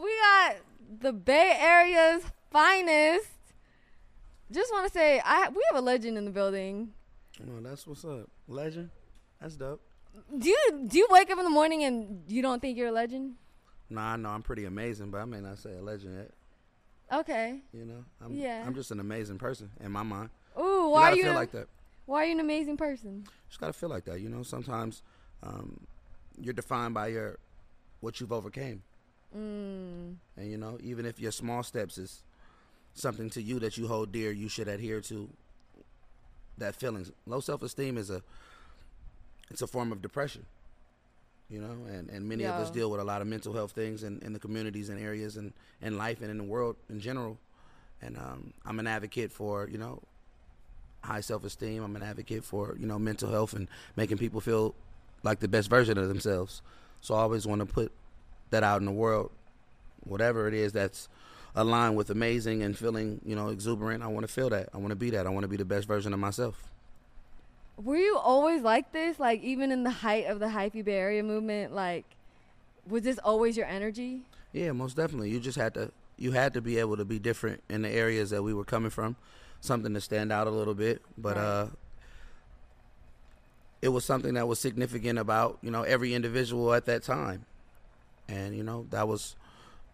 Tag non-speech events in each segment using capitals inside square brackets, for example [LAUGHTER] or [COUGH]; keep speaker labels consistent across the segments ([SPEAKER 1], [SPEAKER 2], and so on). [SPEAKER 1] We got the Bay Area's finest. Just want to say, I we have a legend in the building.
[SPEAKER 2] No, that's what's up. Legend. That's dope.
[SPEAKER 1] Do you do you wake up in the morning and you don't think you're a legend?
[SPEAKER 2] Nah, I know I'm pretty amazing, but I may not say a legend yet.
[SPEAKER 1] Okay.
[SPEAKER 2] You know, I'm,
[SPEAKER 1] Yeah.
[SPEAKER 2] I'm just an amazing person in my mind.
[SPEAKER 1] Ooh,
[SPEAKER 2] You
[SPEAKER 1] why
[SPEAKER 2] gotta
[SPEAKER 1] are you
[SPEAKER 2] feel
[SPEAKER 1] an-
[SPEAKER 2] like that.
[SPEAKER 1] Why are you an amazing person?
[SPEAKER 2] Just gotta feel like that. You know, sometimes um, you're defined by your what you've overcame, and you know, even if your small steps is something to you that you hold dear, you should adhere to that feelings. Low self esteem is a it's a form of depression. You know, and, and many of us
[SPEAKER 1] Yeah.
[SPEAKER 2] deal with a lot of mental health things in, in the communities and areas and in life and in the world in general. And um, I'm an advocate for, you know, high self esteem. I'm an advocate for, you know, mental health and making people feel like the best version of themselves. So I always want to put that out in the world whatever it is that's aligned with amazing and feeling, you know, exuberant. I want to feel that. I want to be that. I want to be the best version of myself.
[SPEAKER 1] Were you always like this? Like even in the height of the hyphy Bay Area movement, like was this always your energy?
[SPEAKER 2] Yeah, most definitely. You just had to you had to be able to be different in the areas that we were coming from, something to stand out a little bit, but
[SPEAKER 1] Right.
[SPEAKER 2] uh it was something that was significant about, you know, every individual at that time. And you know, that was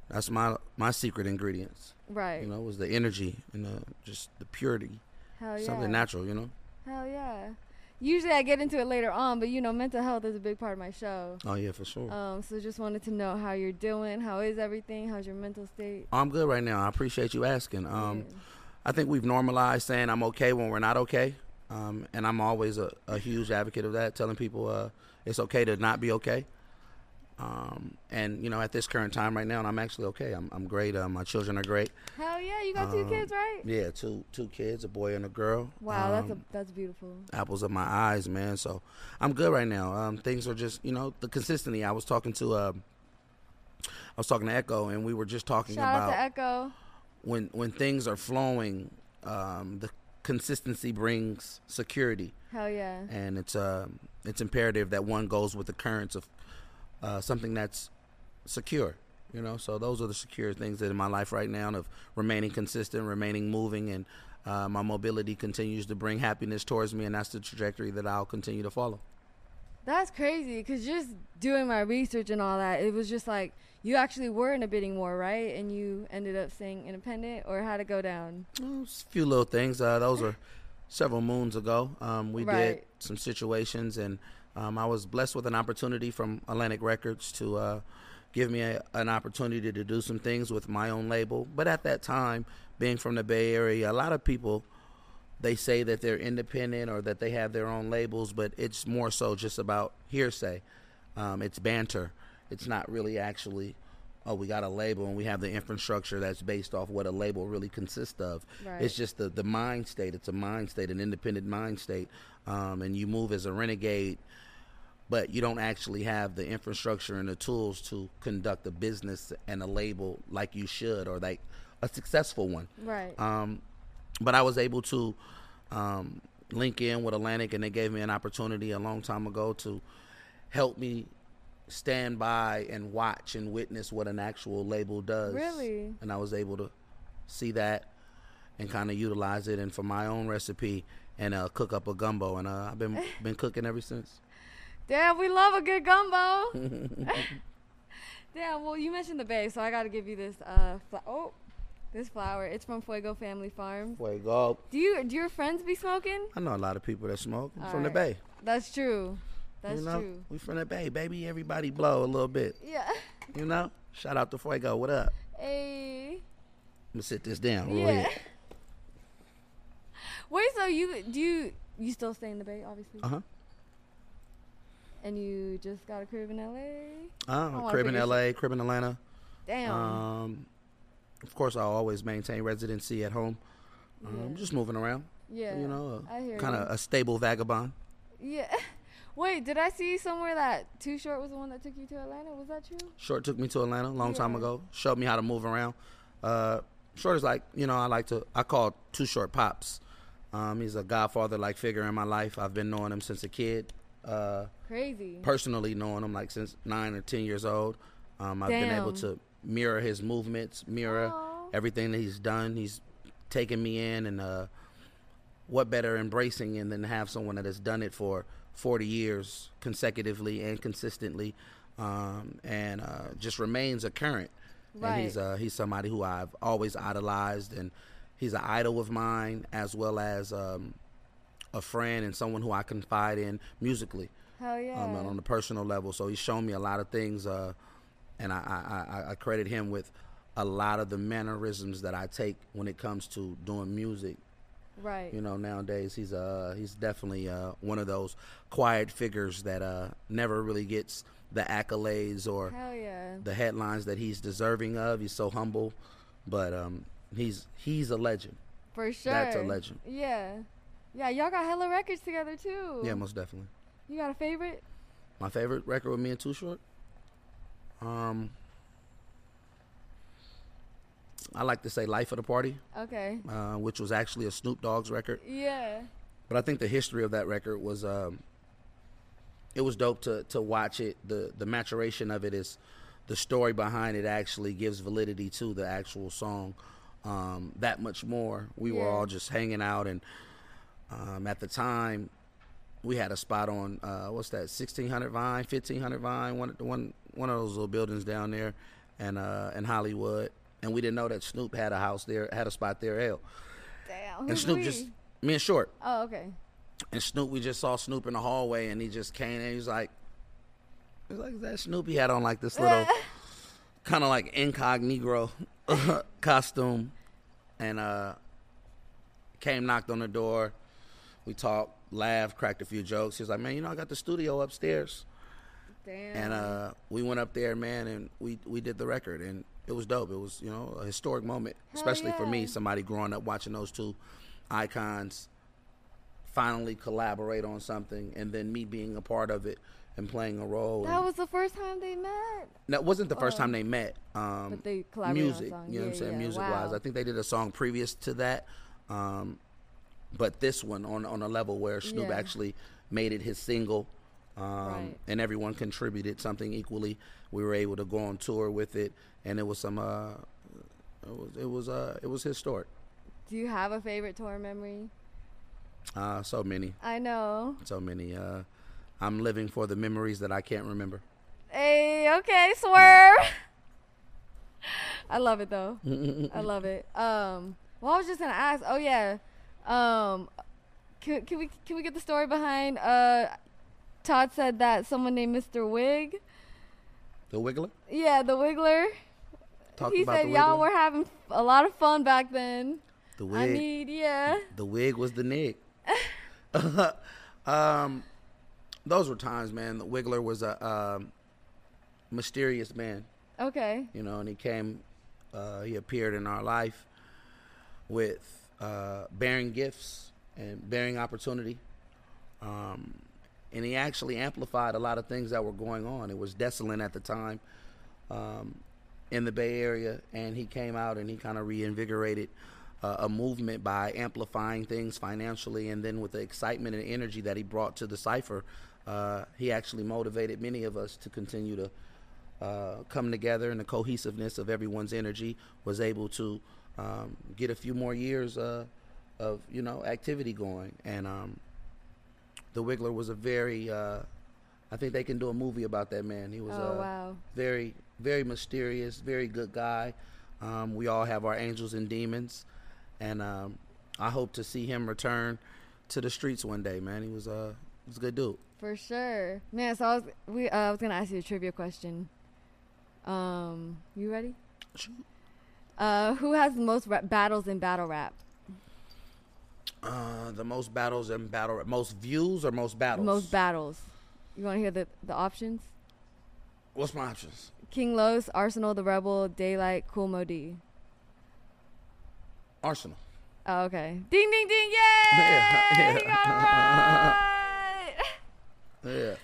[SPEAKER 2] that's my my secret ingredients.
[SPEAKER 1] Right.
[SPEAKER 2] You know, was the energy and the just the purity.
[SPEAKER 1] Hell Oh, yeah.
[SPEAKER 2] Something natural, you know.
[SPEAKER 1] Hell yeah. Usually I get into it later on, but you know, mental health is a big part of my show.
[SPEAKER 2] Oh yeah, for sure.
[SPEAKER 1] Um, so just wanted to know how you're doing. How is everything? How's your mental state?
[SPEAKER 2] I'm good right now. I appreciate you asking. Um, I think we've normalized saying I'm okay when we're not okay. Um, and I'm always a, a huge advocate of that, telling people uh, it's okay to not be okay. Um, and, you know, at this current time right now, and I'm actually okay. I'm, I'm great. Uh, my children are great.
[SPEAKER 1] Hell yeah, you got two kids, right?
[SPEAKER 2] Um, Yeah, two two kids, a boy and a girl.
[SPEAKER 1] Wow, that's a
[SPEAKER 2] Um,
[SPEAKER 1] that's beautiful.
[SPEAKER 2] apples of my eyes, man. So I'm good right now. Um, things are just, you know, the consistency. I was talking to, uh, I was talking to Echo, and we were just talking
[SPEAKER 1] Shout out
[SPEAKER 2] about
[SPEAKER 1] to Echo.
[SPEAKER 2] when when things are flowing, um, the consistency brings security,
[SPEAKER 1] Hell yeah.
[SPEAKER 2] and it's uh, it's imperative that one goes with the currents of uh, something that's secure. You know, so those are the secure things that in my life right now of remaining consistent, remaining moving, and uh, my mobility continues to bring happiness towards me, and that's the trajectory that I'll continue to follow.
[SPEAKER 1] That's crazy because just doing my research and all that, it was just like you actually were in a bidding war, right? And you ended up staying independent, or how to go down?
[SPEAKER 2] Well, it's a few little things. Uh, those were several moons ago. Um, we did
[SPEAKER 1] Right.
[SPEAKER 2] some situations, and um, I was blessed with an opportunity from Atlantic Records to uh, give me a, an opportunity to do some things with my own label. But at that time, being from the Bay Area, a lot of people they say that they're independent or that they have their own labels, but it's more so just about hearsay. Um, it's banter. It's not really actually, oh, we got a label and we have the infrastructure that's based off what a label really consists of.
[SPEAKER 1] Right.
[SPEAKER 2] It's just the, the mind state. It's a mind state, an independent mind state. Um, and you move as a renegade, but you don't actually have the infrastructure and the tools to conduct a business and a label like you should or like a successful one.
[SPEAKER 1] Right.
[SPEAKER 2] Um, but I was able to um, link in with Atlantic, and they gave me an opportunity a long time ago to help me stand by and watch and witness what an actual label does.
[SPEAKER 1] Really?
[SPEAKER 2] And I was able to see that and kind of utilize it. And for my own recipe, and uh, cook up a gumbo, and uh, I've been
[SPEAKER 1] [LAUGHS]
[SPEAKER 2] been cooking ever since.
[SPEAKER 1] Damn, we love a good gumbo.
[SPEAKER 2] [LAUGHS]
[SPEAKER 1] Damn, well, you mentioned the bay, so I got to give you this. Uh, fla- oh, this flower. It's from Fuego Family Farm.
[SPEAKER 2] Wake up!
[SPEAKER 1] Do you do your friends be smoking?
[SPEAKER 2] I know a lot of people that smoke I'm
[SPEAKER 1] All
[SPEAKER 2] from the
[SPEAKER 1] right.
[SPEAKER 2] Bay.
[SPEAKER 1] That's true. That's
[SPEAKER 2] you know,
[SPEAKER 1] true.
[SPEAKER 2] we from the Bay, baby. Everybody blow a little bit.
[SPEAKER 1] Yeah. [LAUGHS]
[SPEAKER 2] You know, shout out to Fuego. What up?
[SPEAKER 1] Hey.
[SPEAKER 2] I'm gonna sit this down real
[SPEAKER 1] Yeah. [LAUGHS]
[SPEAKER 2] quick.
[SPEAKER 1] Wait, so you do you you still stay in the Bay, obviously,
[SPEAKER 2] Uh huh.
[SPEAKER 1] and you just got a crib in LA? I
[SPEAKER 2] Uh,
[SPEAKER 1] wanna
[SPEAKER 2] crib in
[SPEAKER 1] figure some-
[SPEAKER 2] LA, crib in Atlanta.
[SPEAKER 1] Damn.
[SPEAKER 2] Um, of course, I always maintain residency at home. Um,
[SPEAKER 1] Yeah.
[SPEAKER 2] Just moving around.
[SPEAKER 1] yeah.
[SPEAKER 2] You know, uh,
[SPEAKER 1] I hear
[SPEAKER 2] kind
[SPEAKER 1] you.
[SPEAKER 2] of a stable vagabond.
[SPEAKER 1] [LAUGHS] Yeah. Wait, did I see somewhere that Too Short was the one that took you to Atlanta? Was that true?
[SPEAKER 2] Short took me to Atlanta a long time
[SPEAKER 1] Yeah.
[SPEAKER 2] ago. Showed me how to move around. Uh, Short is like, you know, I like to. I call Two Short pops. Um, he's a godfather like figure in my life. I've been knowing him since a kid. Uh,
[SPEAKER 1] Crazy.
[SPEAKER 2] personally knowing him like since nine or ten years old. Um, I've been able
[SPEAKER 1] Damn.
[SPEAKER 2] to mirror his movements, mirror
[SPEAKER 1] Aw.
[SPEAKER 2] everything that he's done. He's taken me in, and uh, what better embracing and than to have someone that has done it for 40 years consecutively and consistently, um, and uh, just remains a current. And he's
[SPEAKER 1] Right.
[SPEAKER 2] uh, he's somebody who I've always idolized, and he's an idol of mine as well as. Um, a friend and someone who I confide in musically
[SPEAKER 1] Hell yeah.
[SPEAKER 2] um, and on the personal level. So he's shown me a lot of things, uh, and I, I, I- I credit him with a lot of the mannerisms that I take when it comes to doing music.
[SPEAKER 1] right.
[SPEAKER 2] You know, nowadays he's uh he's definitely uh one of those quiet figures that uh never really gets the accolades or
[SPEAKER 1] Hell yeah.
[SPEAKER 2] the headlines that he's deserving of. He's so humble, but um he's he's a legend.
[SPEAKER 1] For sure.
[SPEAKER 2] that's a legend.
[SPEAKER 1] Yeah. Yeah, y'all got hella records together too.
[SPEAKER 2] Yeah, most definitely.
[SPEAKER 1] You got a favorite?
[SPEAKER 2] My favorite record with me and Too Short. Um, I like to say "Life of the Party,"
[SPEAKER 1] Okay.
[SPEAKER 2] uh, which was actually a Snoop Dogg's record.
[SPEAKER 1] Yeah.
[SPEAKER 2] But I think the history of that record was um, it was dope to to watch it. the The maturation of it is the story behind it actually gives validity to the actual song um, that much more. We were
[SPEAKER 1] Yeah.
[SPEAKER 2] all just hanging out, and um, at the time, we had a spot on uh, what's that, sixteen hundred Vine, fifteen hundred Vine, one one one of those little buildings down there, and uh, in Hollywood. And we didn't know that Snoop had a house there, had a spot there. Hell,
[SPEAKER 1] Damn.
[SPEAKER 2] and
[SPEAKER 1] who's
[SPEAKER 2] Snoop
[SPEAKER 1] we?
[SPEAKER 2] just me and Short.
[SPEAKER 1] [LAUGHS] Oh, okay.
[SPEAKER 2] And Snoop, we just saw Snoop in the hallway, and he just came and he was like, he was like, is that Snoop? He had on like this little kind of like incognito [LAUGHS] costume, and uh, came, knocked on the door. We talked, laughed, cracked a few jokes. He was like, man, you know, I got the studio upstairs,
[SPEAKER 1] Damn.
[SPEAKER 2] and uh, we went up there, man, and we we did the record, and it was dope. It was you know a historic moment, especially for me,
[SPEAKER 1] yeah.
[SPEAKER 2] somebody growing up watching those two icons finally collaborate on something, and then me being a part of it and playing a role.
[SPEAKER 1] that
[SPEAKER 2] and-
[SPEAKER 1] was the first time they met.
[SPEAKER 2] no, it wasn't the first time they met. Um,
[SPEAKER 1] But they collaborated on a
[SPEAKER 2] music,
[SPEAKER 1] song.
[SPEAKER 2] you know what I'm
[SPEAKER 1] Yeah,
[SPEAKER 2] saying?
[SPEAKER 1] yeah.
[SPEAKER 2] Music wise,
[SPEAKER 1] Wow.
[SPEAKER 2] I think they did a song previous to that, um, but this one on on a level where Snoop
[SPEAKER 1] Yeah.
[SPEAKER 2] actually made it his single, um,
[SPEAKER 1] Right.
[SPEAKER 2] and everyone contributed something equally. We were able to go on tour with it, and it was some. Uh, it was it was uh it was historic.
[SPEAKER 1] Do you have a favorite tour memory?
[SPEAKER 2] Uh, so many,
[SPEAKER 1] I know.
[SPEAKER 2] so many. Uh, I'm living for the memories that I can't remember.
[SPEAKER 1] Hey, okay, swerve. [LAUGHS] I love it though. I love it. Um, well, I was just gonna ask. Oh yeah, um, can, can we can we get the story behind? Uh, Todd said that someone named Mr. Wig.
[SPEAKER 2] The Wiggler.
[SPEAKER 1] Yeah, the Wiggler.
[SPEAKER 2] Talk
[SPEAKER 1] he
[SPEAKER 2] about
[SPEAKER 1] said
[SPEAKER 2] the
[SPEAKER 1] y'all
[SPEAKER 2] Wiggler.
[SPEAKER 1] were having a lot of fun back then.
[SPEAKER 2] the
[SPEAKER 1] I
[SPEAKER 2] wig.
[SPEAKER 1] need yeah.
[SPEAKER 2] The wig was the nick. um, those were times, man. The Wiggler was a um, mysterious man,
[SPEAKER 1] Okay.
[SPEAKER 2] you know, and he came, uh, he appeared in our life with uh, bearing gifts and bearing opportunity. Um, and he actually amplified a lot of things that were going on. It was desolate at the time um, in the Bay Area, and he came out and he kind of reinvigorated uh, a movement by amplifying things financially, and then with the excitement and energy that he brought to the cipher, uh, he actually motivated many of us to continue to uh, come together, and the cohesiveness of everyone's energy was able to um, get a few more years uh, of you know activity going, and um, the Wiggler was a very. Uh, I think they can do a movie about that man. He was
[SPEAKER 1] Oh,
[SPEAKER 2] a
[SPEAKER 1] wow.
[SPEAKER 2] very, very mysterious, very good guy. Um, we all have our angels and demons, and um, I hope to see him return to the streets one day, man. He was uh, he was a good dude.
[SPEAKER 1] For sure, man. So I was we uh, I was gonna ask you a trivia question. Um, you ready? Uh, who has the most rap- battles in battle rap?
[SPEAKER 2] Uh, the most battles and battle, most views or most battles?
[SPEAKER 1] Most battles. You want to hear the the options?
[SPEAKER 2] What's my options?
[SPEAKER 1] King Los, Arsenal, The Rebel, Daylight, Cool Modi.
[SPEAKER 2] Arsenal.
[SPEAKER 1] Oh, okay. Ding ding ding! Yay!
[SPEAKER 2] [LAUGHS]
[SPEAKER 1] You
[SPEAKER 2] Yeah,
[SPEAKER 1] got it
[SPEAKER 2] yeah. [LAUGHS]
[SPEAKER 1] right.
[SPEAKER 2] Yeah.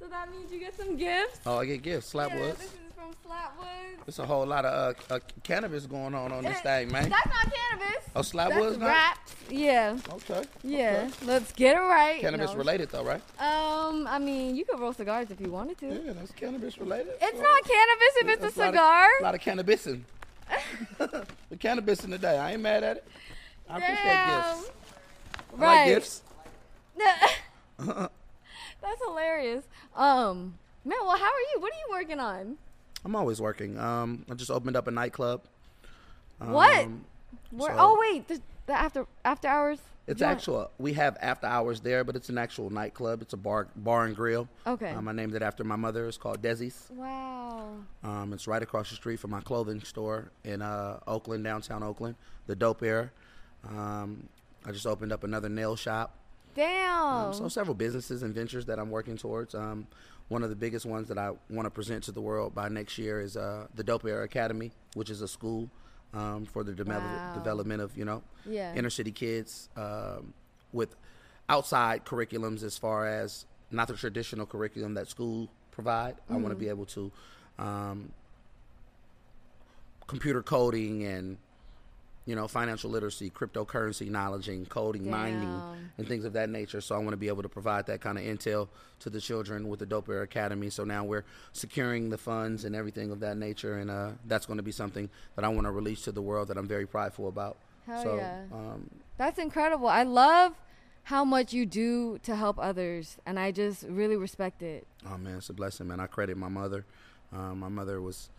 [SPEAKER 1] so that means you get some gifts.
[SPEAKER 2] Oh, I get gifts. Slapwoods.
[SPEAKER 1] Yeah, this is from Slapwoods.
[SPEAKER 2] It's a whole lot of uh, uh, cannabis going on on this thing, man.
[SPEAKER 1] That's not cannabis.
[SPEAKER 2] Oh, Slapwoods
[SPEAKER 1] That's
[SPEAKER 2] not?
[SPEAKER 1] wrapped. Yeah.
[SPEAKER 2] Okay.
[SPEAKER 1] Yeah,
[SPEAKER 2] okay.
[SPEAKER 1] let's get it right.
[SPEAKER 2] Cannabis
[SPEAKER 1] No.
[SPEAKER 2] related though, right?
[SPEAKER 1] Um, I mean, you could roll cigars if you wanted to.
[SPEAKER 2] Yeah, that's cannabis related.
[SPEAKER 1] It's not cannabis if it's a
[SPEAKER 2] That's lot of-
[SPEAKER 1] cigar.
[SPEAKER 2] A lot of, cannabis in. [LAUGHS] the cannabis in the day. I ain't mad at it. I
[SPEAKER 1] Damn.
[SPEAKER 2] appreciate gifts. I
[SPEAKER 1] Right.
[SPEAKER 2] like gifts.
[SPEAKER 1] [LAUGHS]
[SPEAKER 2] [LAUGHS]
[SPEAKER 1] That's hilarious. Um, man, well, how are you? What are you working on?
[SPEAKER 2] I'm always working. Um, I just opened up a nightclub.
[SPEAKER 1] what?
[SPEAKER 2] Um,
[SPEAKER 1] Where?
[SPEAKER 2] so-
[SPEAKER 1] oh wait, the, the after after hours.
[SPEAKER 2] It's
[SPEAKER 1] You want-
[SPEAKER 2] actual. We have after hours there, but it's an actual nightclub. It's a bar, bar and grill.
[SPEAKER 1] Okay.
[SPEAKER 2] Um, I named it after my mother. It's called Desi's.
[SPEAKER 1] Wow.
[SPEAKER 2] Um, it's right across the street from my clothing store in uh, Oakland, downtown Oakland, the Dope Era. Um, I just opened up another nail shop.
[SPEAKER 1] Damn.
[SPEAKER 2] Um, so several businesses and ventures that I'm working towards. Um, one of the biggest ones that I want to present to the world by next year is uh, the Dope Era Academy, which is a school um, for the develop-
[SPEAKER 1] Wow.
[SPEAKER 2] development of you know
[SPEAKER 1] Yeah.
[SPEAKER 2] inner city kids um, with outside curriculums as far as not the traditional curriculum that school provide. I want to
[SPEAKER 1] Mm-hmm.
[SPEAKER 2] be able to um, computer coding and you know financial literacy, cryptocurrency knowledge, and coding, mining,
[SPEAKER 1] Damn.
[SPEAKER 2] and things of that nature. So I want to be able to provide that kind of intel to the children with the Dope Air Academy. So now we're securing the funds and everything of that nature, and uh, that's going to be something that I want to release to the world that I'm very prideful about.
[SPEAKER 1] Hell
[SPEAKER 2] so
[SPEAKER 1] yeah.
[SPEAKER 2] um,
[SPEAKER 1] That's incredible. I love how much you do to help others, and I just really respect it.
[SPEAKER 2] Oh man, it's a blessing, man. I credit my mother. Um, my mother was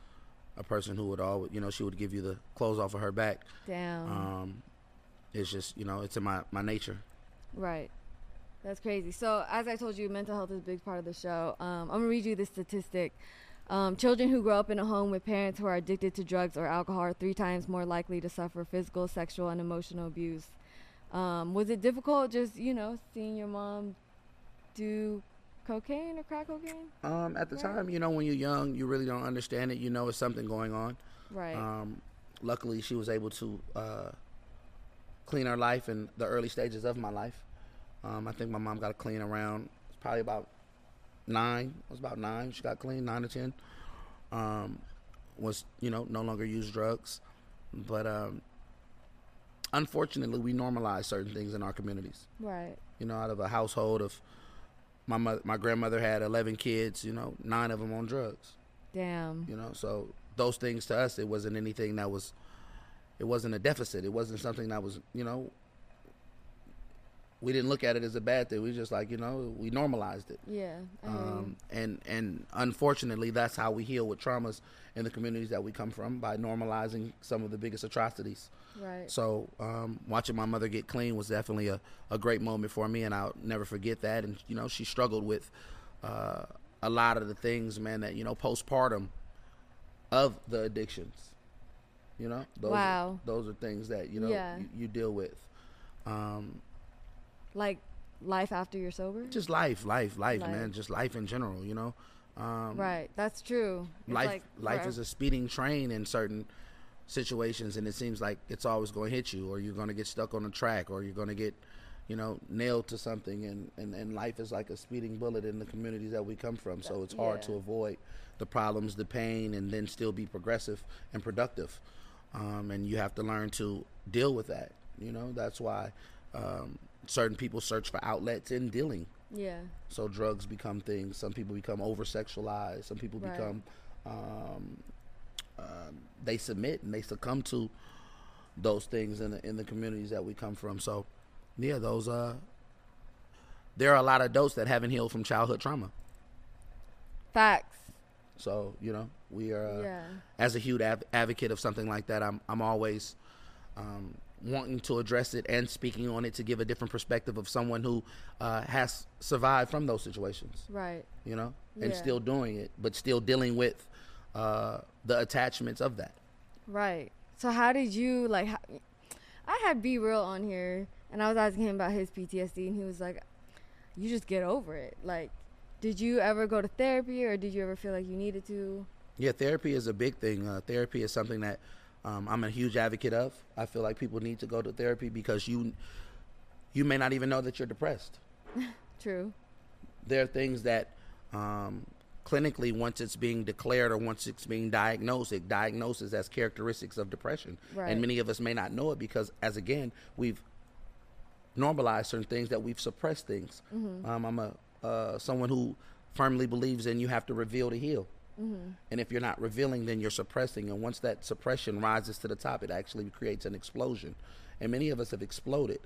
[SPEAKER 2] a person who would always, you know, she would give you the clothes off of her back.
[SPEAKER 1] Damn.
[SPEAKER 2] Um, it's just, you know, it's in my, my nature.
[SPEAKER 1] Right. That's crazy. So, as I told you, mental health is a big part of the show. Um, I'm going to read you this statistic. Um, children who grow up in a home with parents who are addicted to drugs or alcohol are three times more likely to suffer physical, sexual, and emotional abuse. Um, was it difficult just, you know, seeing your mom do cocaine or crack cocaine?
[SPEAKER 2] Um, at the time, you know, when you're young, you really don't understand it. You know, it's something going on.
[SPEAKER 1] Right.
[SPEAKER 2] Um, luckily, she was able to uh, clean her life in the early stages of my life. Um, I think my mom got clean around probably about nine. It was about nine. She got clean, nine or ten. Um, was you know no longer used drugs, but um, unfortunately, we normalize certain things in our communities
[SPEAKER 1] right.
[SPEAKER 2] you know, out of a household of my mother, my grandmother had 11 kids, you know, nine of them on drugs,
[SPEAKER 1] Damn.
[SPEAKER 2] you know, so those things to us, it wasn't anything that was, it wasn't a deficit. It wasn't something that was, you know, we didn't look at it as a bad thing. We just like, you know, we normalized it.
[SPEAKER 1] Yeah. I hear you.
[SPEAKER 2] Um, and and unfortunately, that's how we heal with traumas in the communities that we come from by normalizing some of the biggest atrocities.
[SPEAKER 1] right.
[SPEAKER 2] So um, watching my mother get clean was definitely a, a great moment for me, and I'll never forget that. And you know, she struggled with uh, a lot of the things, man. That you know, postpartum of the addictions. You know, those
[SPEAKER 1] Wow.
[SPEAKER 2] Are, those are things that you know
[SPEAKER 1] Yeah.
[SPEAKER 2] you, you deal with. Um,
[SPEAKER 1] like life after you're sober?
[SPEAKER 2] just life, life, life,
[SPEAKER 1] Life.
[SPEAKER 2] man. Just life in general. You know, um,
[SPEAKER 1] right. That's true. It's
[SPEAKER 2] life
[SPEAKER 1] like
[SPEAKER 2] life
[SPEAKER 1] forever.
[SPEAKER 2] is a speeding train in certain situations and it seems like it's always going to hit you or you're going to get stuck on a track or you're going to get you know nailed to something and, and and life is like a speeding bullet in the communities that we come from so it's hard
[SPEAKER 1] Yeah.
[SPEAKER 2] to avoid the problems the pain and then still be progressive and productive um, and you have to learn to deal with that you know that's why um, certain people search for outlets in dealing
[SPEAKER 1] Yeah.
[SPEAKER 2] so drugs become things. Some people become over sexualized. Some people
[SPEAKER 1] Right.
[SPEAKER 2] become um, um, they submit and they succumb to those things in the, in the communities that we come from. So, yeah, those uh, there are a lot of adults that haven't healed from childhood trauma.
[SPEAKER 1] Facts.
[SPEAKER 2] So you know, we are uh,
[SPEAKER 1] Yeah.
[SPEAKER 2] as a huge av- advocate of something like that. I'm I'm always um, wanting to address it and speaking on it to give a different perspective of someone who uh, has survived from those situations.
[SPEAKER 1] Right.
[SPEAKER 2] You know, and
[SPEAKER 1] Yeah.
[SPEAKER 2] still doing it, but still dealing with uh, the attachments of that.
[SPEAKER 1] Right. So how did you like? How, I had B real on here, and I was asking him about his PTSD, and he was like, "You just get over it." Like, did you ever go to therapy, or did you ever feel like you needed to?
[SPEAKER 2] Yeah, therapy is a big thing. Uh, therapy is something that um, I'm a huge advocate of. I feel like people need to go to therapy because you you may not even know that you're depressed.
[SPEAKER 1] True.
[SPEAKER 2] there are things that um, clinically once it's being declared or once it's being diagnosed it diagnoses as characteristics of depression
[SPEAKER 1] Right.
[SPEAKER 2] and many of us may not know it because as again we've normalized certain things that we've suppressed things um, i'm a uh, someone who firmly believes in you have to reveal to heal and if you're not revealing then you're suppressing and once that suppression rises to the top it actually creates an explosion and many of us have exploded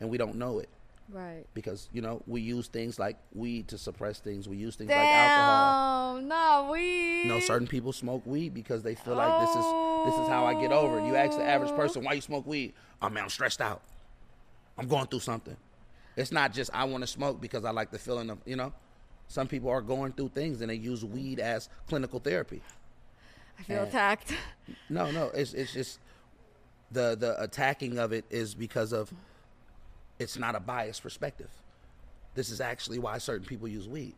[SPEAKER 2] and we don't know it
[SPEAKER 1] Right.
[SPEAKER 2] because you know we use things like weed to suppress things. We use things like alcohol.
[SPEAKER 1] Damn. No, we.
[SPEAKER 2] You know, certain people smoke weed because they feel like this is this is how I get over. it. You ask the average person why you smoke weed. Oh man, I'm stressed out. I'm going through something. It's not just I want to smoke because I like the feeling of you know. Some people are going through things and they use weed as clinical therapy.
[SPEAKER 1] I feel attacked. [LAUGHS]
[SPEAKER 2] No, no, it's it's just the the attacking of it is because of it's not a biased perspective. This is actually why certain people use weed.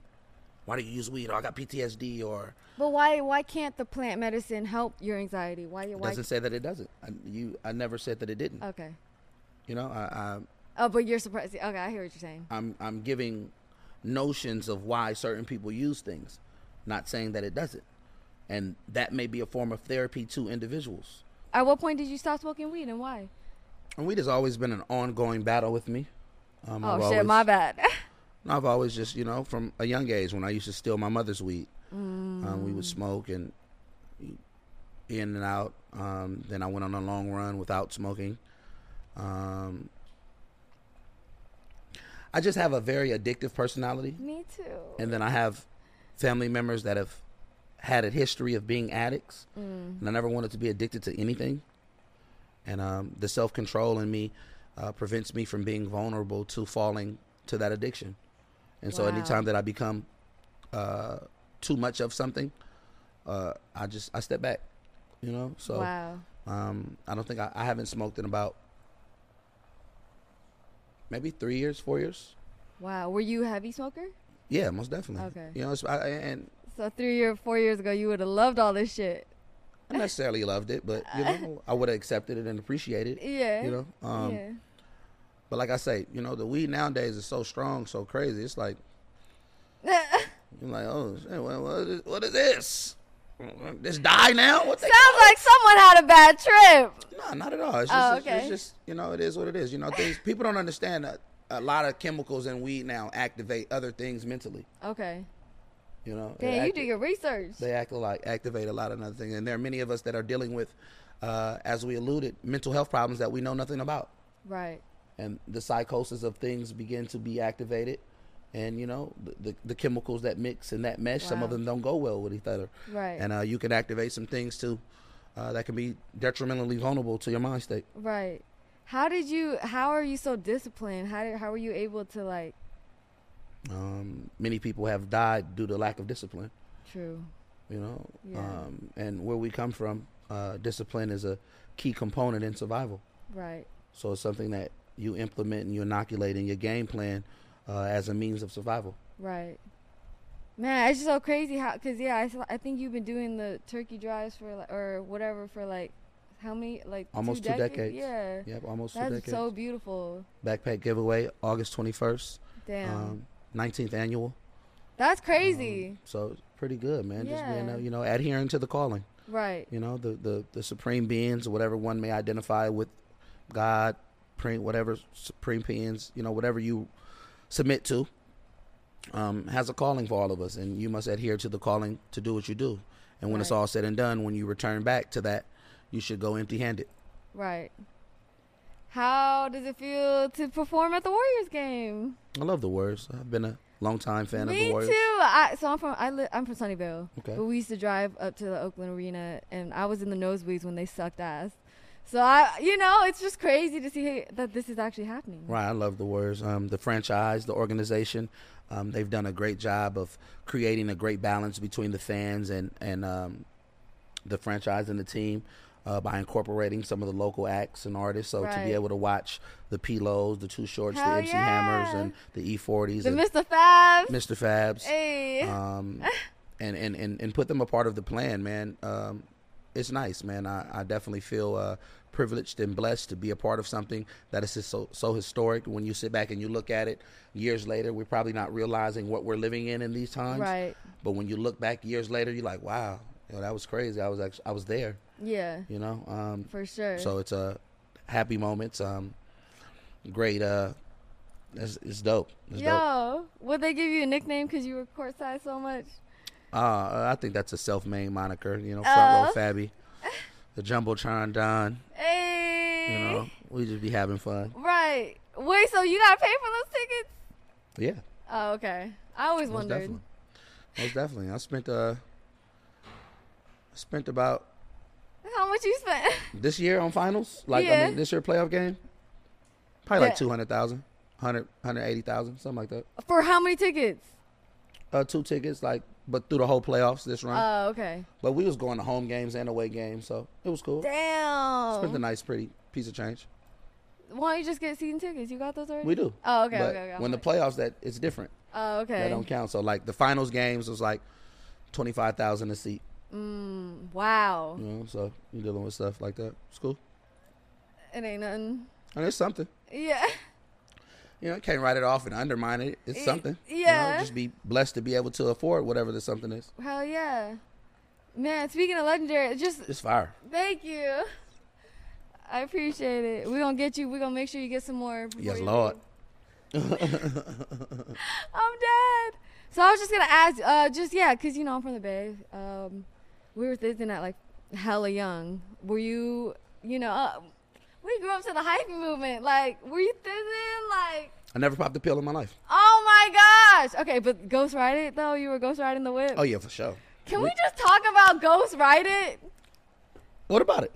[SPEAKER 2] Why do you use weed? Oh, I got PTSD, or
[SPEAKER 1] But why? Why can't the plant medicine help your anxiety? Why? Why?
[SPEAKER 2] doesn't say that it doesn't. I, you, I never said that it didn't.
[SPEAKER 1] okay.
[SPEAKER 2] You know, I,
[SPEAKER 1] Oh, but you're surprised. Okay, I hear what you're saying.
[SPEAKER 2] I I'm I'm giving notions of why certain people use things, not saying that it doesn't. And that may be a form of therapy to individuals.
[SPEAKER 1] At what point did you stop smoking weed, and why?
[SPEAKER 2] And weed has always been an ongoing battle with me. Um,
[SPEAKER 1] Oh
[SPEAKER 2] I've
[SPEAKER 1] shit,
[SPEAKER 2] always-
[SPEAKER 1] my bad. [LAUGHS]
[SPEAKER 2] No, I've always just, you know, from a young age when I used to steal my mother's weed, um, we would smoke and in and out. Um, then I went on a long run without smoking. Um, I just have a very addictive personality.
[SPEAKER 1] Me too.
[SPEAKER 2] And then I have family members that have had a history of being addicts.
[SPEAKER 1] Mm.
[SPEAKER 2] And I never wanted to be addicted to anything. And um, the self control in me uh, prevents me from being vulnerable to falling to that addiction. And so
[SPEAKER 1] Wow.
[SPEAKER 2] anytime that I become uh, too much of something, uh, I just I step back, you know. So
[SPEAKER 1] wow.
[SPEAKER 2] um, I don't think I, I haven't smoked in about maybe three years, four years.
[SPEAKER 1] Wow. Were you a heavy smoker?
[SPEAKER 2] Yeah, most definitely.
[SPEAKER 1] Okay.
[SPEAKER 2] You know, it's, I, and
[SPEAKER 1] So three or four years ago, you would have loved all this shit.
[SPEAKER 2] I necessarily loved it, but you know, I would have accepted it and appreciated it.
[SPEAKER 1] Uh, Yeah.
[SPEAKER 2] You know, um,
[SPEAKER 1] yeah. [LAUGHS]
[SPEAKER 2] but like I say, you know, the weed nowadays is so strong, so crazy. It's like you're like, oh, shit, what, what, is, what is this? This die now? What they
[SPEAKER 1] Sounds like someone had a bad trip.
[SPEAKER 2] No, not at all. It's just,
[SPEAKER 1] Oh,
[SPEAKER 2] it's- it's,
[SPEAKER 1] okay.
[SPEAKER 2] just you know, it is what it is. You know, things people don't understand that a lot of chemicals in weed now activate other things mentally.
[SPEAKER 1] Okay.
[SPEAKER 2] You know, It
[SPEAKER 1] Damn, you
[SPEAKER 2] acti-
[SPEAKER 1] do your research.
[SPEAKER 2] they act like activate a lot of other things, and there are many of us that are dealing with, uh, as we alluded, mental health problems that we know nothing about.
[SPEAKER 1] Right.
[SPEAKER 2] and the psychosis of things begin to be activated and you know the, the, the chemicals that mix and that mesh some of
[SPEAKER 1] Wow.
[SPEAKER 2] them don't go well with each other
[SPEAKER 1] Right.
[SPEAKER 2] and uh, you can activate some things too uh, that can be detrimentally vulnerable to your mind state
[SPEAKER 1] Right. How did you? How are you so disciplined? How did, How were you able to like?
[SPEAKER 2] um, many people have died due to lack of discipline
[SPEAKER 1] True.
[SPEAKER 2] you know
[SPEAKER 1] Yeah.
[SPEAKER 2] um, and where we come from uh, discipline is a key component in survival
[SPEAKER 1] Right.
[SPEAKER 2] so it's something that you implement and you inoculate in your game plan uh, as a means of survival
[SPEAKER 1] Right. Man, it's just so crazy how, cause yeah, I, s- I think you've been doing the turkey drives for like, or whatever for like, how many like
[SPEAKER 2] almost two decades,
[SPEAKER 1] Yeah.
[SPEAKER 2] yep almost
[SPEAKER 1] That's
[SPEAKER 2] two decades
[SPEAKER 1] so beautiful.
[SPEAKER 2] backpack giveaway August 21st,
[SPEAKER 1] Damn.
[SPEAKER 2] um, 19th annual.
[SPEAKER 1] That's
[SPEAKER 2] Um,
[SPEAKER 1] crazy.
[SPEAKER 2] So it's pretty good, man. Just being,
[SPEAKER 1] Yeah.
[SPEAKER 2] uh, you know, adhering to the calling.
[SPEAKER 1] right.
[SPEAKER 2] You know, the the the supreme beings, whatever one may identify with, God, pre, whatever supreme beings, you know, whatever you submit to, um, has a calling for all of us, and you must adhere to the calling to do what you do. And when it's
[SPEAKER 1] Right.
[SPEAKER 2] all said and done, when you return back to that, you should go empty-handed.
[SPEAKER 1] Right. How does it feel to perform at the Warriors game?
[SPEAKER 2] I love the Warriors. I've been a long time fan of
[SPEAKER 1] Me
[SPEAKER 2] the
[SPEAKER 1] too.
[SPEAKER 2] Warriors.
[SPEAKER 1] I, so I'm from I li- I'm from Sunnyvale,
[SPEAKER 2] Okay.
[SPEAKER 1] but we used to drive up to the Oakland Arena, and I was in the nosebleeds when they sucked ass. So I, you know, it's just crazy to see that this is actually happening.
[SPEAKER 2] Right, I love the Warriors. Um, the franchise, the organization, um, they've done a great job of creating a great balance between the fans and and um, the franchise and the team uh, by incorporating some of the local acts and artists. So to
[SPEAKER 1] Right.
[SPEAKER 2] be able to watch the Pilos, the Two Shorts,
[SPEAKER 1] Hell
[SPEAKER 2] the MC Hammers,
[SPEAKER 1] yeah.
[SPEAKER 2] and the E40s,
[SPEAKER 1] The
[SPEAKER 2] and
[SPEAKER 1] Mr. Fab.
[SPEAKER 2] Mr. Fabs,
[SPEAKER 1] Hey. [LAUGHS]
[SPEAKER 2] um, and, and and and put them a part of the plan, man. Um, it's nice, man. I, I definitely feel uh, privileged and blessed to be a part of something that is just so so historic. When you sit back and you look at it years later, we're probably not realizing what we're living in in these times.
[SPEAKER 1] Right.
[SPEAKER 2] But when you look back years later, you're like, wow, yo, that was crazy. I was actually, I was there.
[SPEAKER 1] yeah.
[SPEAKER 2] You know. Um,
[SPEAKER 1] For sure.
[SPEAKER 2] so it's a happy moments. Um, great. Uh, it's, it's dope. It's dope.
[SPEAKER 1] Yo, would they give you a nickname because you were courtside so much?
[SPEAKER 2] Uh, I think that's a self-made moniker. You know,
[SPEAKER 1] Oh.
[SPEAKER 2] front row Fabby, the jumbotron Don.
[SPEAKER 1] Hey.
[SPEAKER 2] You know, we just be having fun.
[SPEAKER 1] Right. Wait. So you gotta pay for those tickets?
[SPEAKER 2] Yeah,
[SPEAKER 1] Oh, okay. I always
[SPEAKER 2] most
[SPEAKER 1] wondered.
[SPEAKER 2] definitely. Most definitely. I spent uh, I spent about
[SPEAKER 1] How much you spent? [LAUGHS]
[SPEAKER 2] this year on finals. Like
[SPEAKER 1] Yeah.
[SPEAKER 2] I mean, this year playoff game. Probably
[SPEAKER 1] Yeah.
[SPEAKER 2] like 200,000, 100, 180,000, something like that.
[SPEAKER 1] For how many tickets?
[SPEAKER 2] Uh, two tickets, like, but through the whole playoffs this
[SPEAKER 1] Oh,
[SPEAKER 2] run.
[SPEAKER 1] okay.
[SPEAKER 2] but we was going to home games and away games, so it was cool. Spent a
[SPEAKER 1] Damn.
[SPEAKER 2] nice, pretty piece of change.
[SPEAKER 1] Why don't you just get season tickets? You got those already?
[SPEAKER 2] We do.
[SPEAKER 1] Oh, okay,
[SPEAKER 2] But
[SPEAKER 1] okay, okay. I'm
[SPEAKER 2] When the
[SPEAKER 1] like-
[SPEAKER 2] playoffs, that it's different.
[SPEAKER 1] Oh,
[SPEAKER 2] That
[SPEAKER 1] okay.
[SPEAKER 2] don't count. So like the finals games was like twenty five thousand a seat.
[SPEAKER 1] Wow.
[SPEAKER 2] You know, so you're dealing with stuff like that. It's cool.
[SPEAKER 1] It ain't nothing.
[SPEAKER 2] And it's something.
[SPEAKER 1] Yeah. [LAUGHS]
[SPEAKER 2] You know, you can't write it off and undermine it. It's something. You know,
[SPEAKER 1] yeah.
[SPEAKER 2] just be blessed to be able to afford whatever the something is.
[SPEAKER 1] Hell yeah. Man, speaking of legendary, just
[SPEAKER 2] It's fire.
[SPEAKER 1] thank you. I appreciate it. We're gonna get you. We're gonna make sure you get some more. before
[SPEAKER 2] Yes,
[SPEAKER 1] you
[SPEAKER 2] Lord.
[SPEAKER 1] leave. I'm dead. So I was just gonna ask, uh, just yeah, cause you know I'm from the Bay. Um, we were thinking that like hella young. Were you, you know, uh, we grew up to the hype movement. Like, were you thizzing? Like,
[SPEAKER 2] I never popped a pill in my life.
[SPEAKER 1] oh my gosh. Okay, but Ghost Ride It though. You were Ghost Riding the whip.
[SPEAKER 2] Oh yeah, for sure.
[SPEAKER 1] Can we just talk about Ghost Ride It?
[SPEAKER 2] What about it?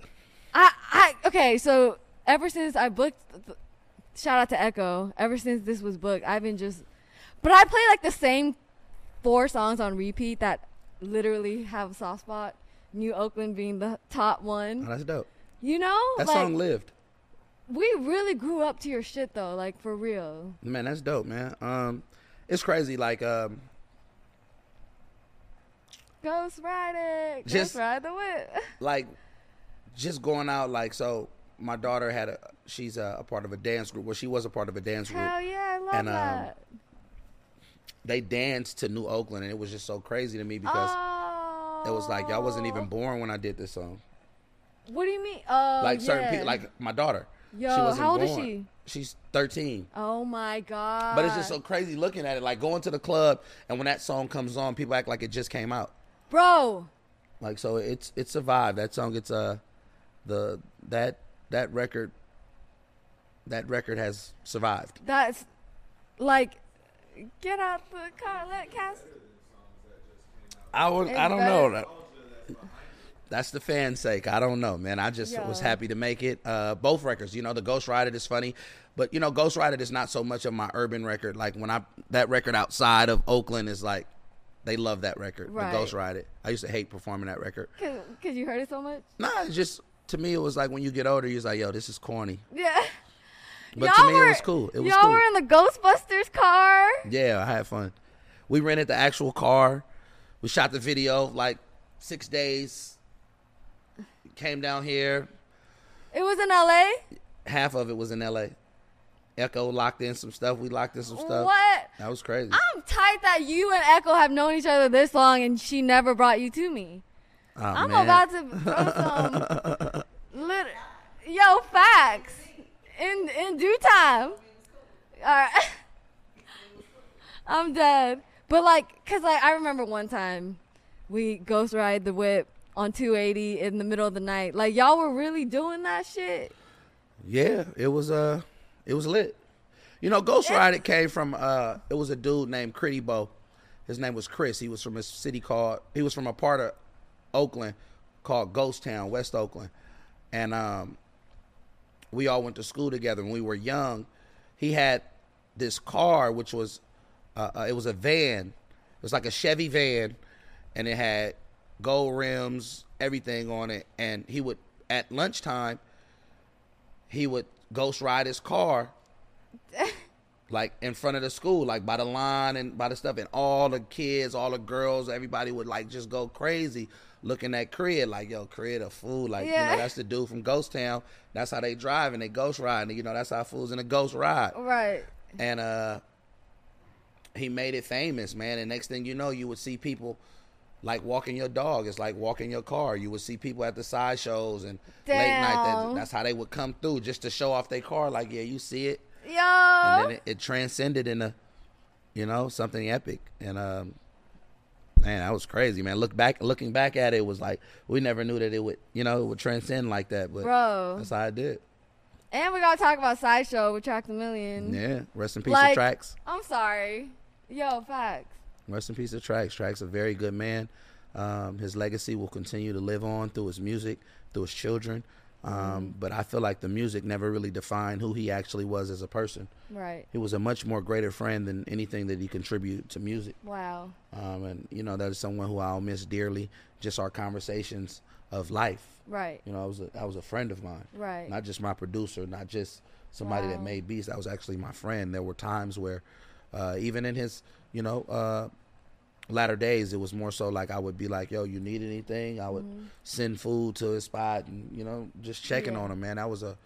[SPEAKER 1] I, I okay. So ever since I booked, th- shout out to Echo. Ever since this was booked, I've been just, but I play like the same four songs on repeat that literally have a soft spot. New Oakland being the top
[SPEAKER 2] Oh,
[SPEAKER 1] one.
[SPEAKER 2] that's dope.
[SPEAKER 1] You know,
[SPEAKER 2] That
[SPEAKER 1] like
[SPEAKER 2] song lived.
[SPEAKER 1] we really grew up to your shit though, like for real.
[SPEAKER 2] Man, that's dope, man. Um, it's crazy. Like, um,
[SPEAKER 1] Ghost Ride it, Ghost
[SPEAKER 2] Just-
[SPEAKER 1] Ride the whip.
[SPEAKER 2] like just going out like so my daughter had a she's a, a part of a dance group well she was a part of a dance group
[SPEAKER 1] [LAUGHS] Hell yeah, I love
[SPEAKER 2] And, um,
[SPEAKER 1] that.
[SPEAKER 2] they danced to new oakland and it was just so crazy to me because
[SPEAKER 1] Oh,
[SPEAKER 2] it was like y'all wasn't even born when i did this song
[SPEAKER 1] What do you mean? Oh,
[SPEAKER 2] like certain
[SPEAKER 1] yeah.
[SPEAKER 2] people like my daughter
[SPEAKER 1] Yo, how old is she? Uh,
[SPEAKER 2] she's 13
[SPEAKER 1] Oh my god.
[SPEAKER 2] but it's just so crazy looking at it like going to the club and when that song comes on people act like it just came out
[SPEAKER 1] Bro,
[SPEAKER 2] like so it's it's a vibe that song it's uh the that that record that record has survived
[SPEAKER 1] that's like get out the car, let cast
[SPEAKER 2] I would. I
[SPEAKER 1] It's
[SPEAKER 2] don't
[SPEAKER 1] better.
[SPEAKER 2] know. That- That's the fan's sake. I don't know, man. I just was
[SPEAKER 1] Yeah.
[SPEAKER 2] happy to make it. Uh, both records, you know, the Ghost Rider is funny, but you know, Ghost Rider is not so much of my urban record. Like when I that record outside of Oakland is like, they love that record.
[SPEAKER 1] Right.
[SPEAKER 2] The Ghost Rider. I used to hate performing that record.
[SPEAKER 1] because you heard it so much. [LAUGHS]
[SPEAKER 2] Nah, it's just to me, it was like when you get older, you're like, yo, this is corny.
[SPEAKER 1] Yeah.
[SPEAKER 2] But
[SPEAKER 1] Y'all
[SPEAKER 2] to me,
[SPEAKER 1] were-
[SPEAKER 2] it was cool. It was
[SPEAKER 1] y'all
[SPEAKER 2] cool.
[SPEAKER 1] were in the Ghostbusters car.
[SPEAKER 2] Yeah, I had fun. We rented the actual car. We shot the video like six days. Came down here.
[SPEAKER 1] It was in LA.
[SPEAKER 2] Half of it was in LA. Echo locked in some stuff. We locked in some stuff.
[SPEAKER 1] What?
[SPEAKER 2] That was crazy.
[SPEAKER 1] I'm tight that you and Echo have known each other this long and she never brought you to me.
[SPEAKER 2] Oh,
[SPEAKER 1] I'm
[SPEAKER 2] man.
[SPEAKER 1] about to throw some lit- yo facts in in due time. All right, [LAUGHS] I'm dead. But like, cause like I remember one time we ghost ride the whip on 280 in the middle of the night. Like y'all were really doing that shit.
[SPEAKER 2] Yeah, it was uh it was lit. You know, Ghost Rider came from uh it was a dude named Critty Bo. His name was Chris. He was from a city called he was from a part of Oakland called Ghost Town, West Oakland. And um we all went to school together when we were young. He had this car which was uh, uh it was a van. It was like a Chevy van and it had gold rims, everything on it. And he would at lunchtime he would ghost ride his car like in front of the school like by the line and by the stuff and all the kids all the girls everybody would like just go crazy looking at Cred like yo Cred a fool like you
[SPEAKER 1] Yeah.
[SPEAKER 2] know that's the dude from Ghost Town that's how they drive and they ghost ride and you know that's how fools in a ghost ride
[SPEAKER 1] Right.
[SPEAKER 2] and uh he made it famous man and next thing you know you would see people like walking your dog it's like walking your car you would see people at the side shows and late night that,
[SPEAKER 1] Damn.
[SPEAKER 2] that's how they would come through just to show off their car like yeah you see it
[SPEAKER 1] Yo.
[SPEAKER 2] and then it, it transcended into you know something epic and um man that was crazy man look back looking back at it was like we never knew that it would you know it would transcend like that but
[SPEAKER 1] Bro.
[SPEAKER 2] that's how it did
[SPEAKER 1] and we gotta talk about sideshow with Track the Million.
[SPEAKER 2] yeah rest in peace
[SPEAKER 1] Mm-hmm. Like,
[SPEAKER 2] of tracks
[SPEAKER 1] I'm sorry. Yo, facts.
[SPEAKER 2] Rest in peace to Trax. Trax a very good man. Um, his legacy will continue to live on through his music, through his children. Um,
[SPEAKER 1] Mm-hmm.
[SPEAKER 2] But I feel like the music never really defined who he actually was as a person.
[SPEAKER 1] Right.
[SPEAKER 2] He was a much more greater friend than anything that he contributed to music.
[SPEAKER 1] Wow.
[SPEAKER 2] Um, and you know, that is someone who I'll miss dearly. Just our conversations of life.
[SPEAKER 1] Right.
[SPEAKER 2] You know, I was a, I was a friend of mine.
[SPEAKER 1] Right.
[SPEAKER 2] Not just my producer, not just somebody that
[SPEAKER 1] Wow.
[SPEAKER 2] made beats. That was actually my friend. There were times where, uh, even in his, you know, uh, latter days, it was more so like I would be like, "Yo, you need anything?" I would send food to his spot, and you know, just checking
[SPEAKER 1] Mm-hmm. Yeah.
[SPEAKER 2] on him. Man, that was a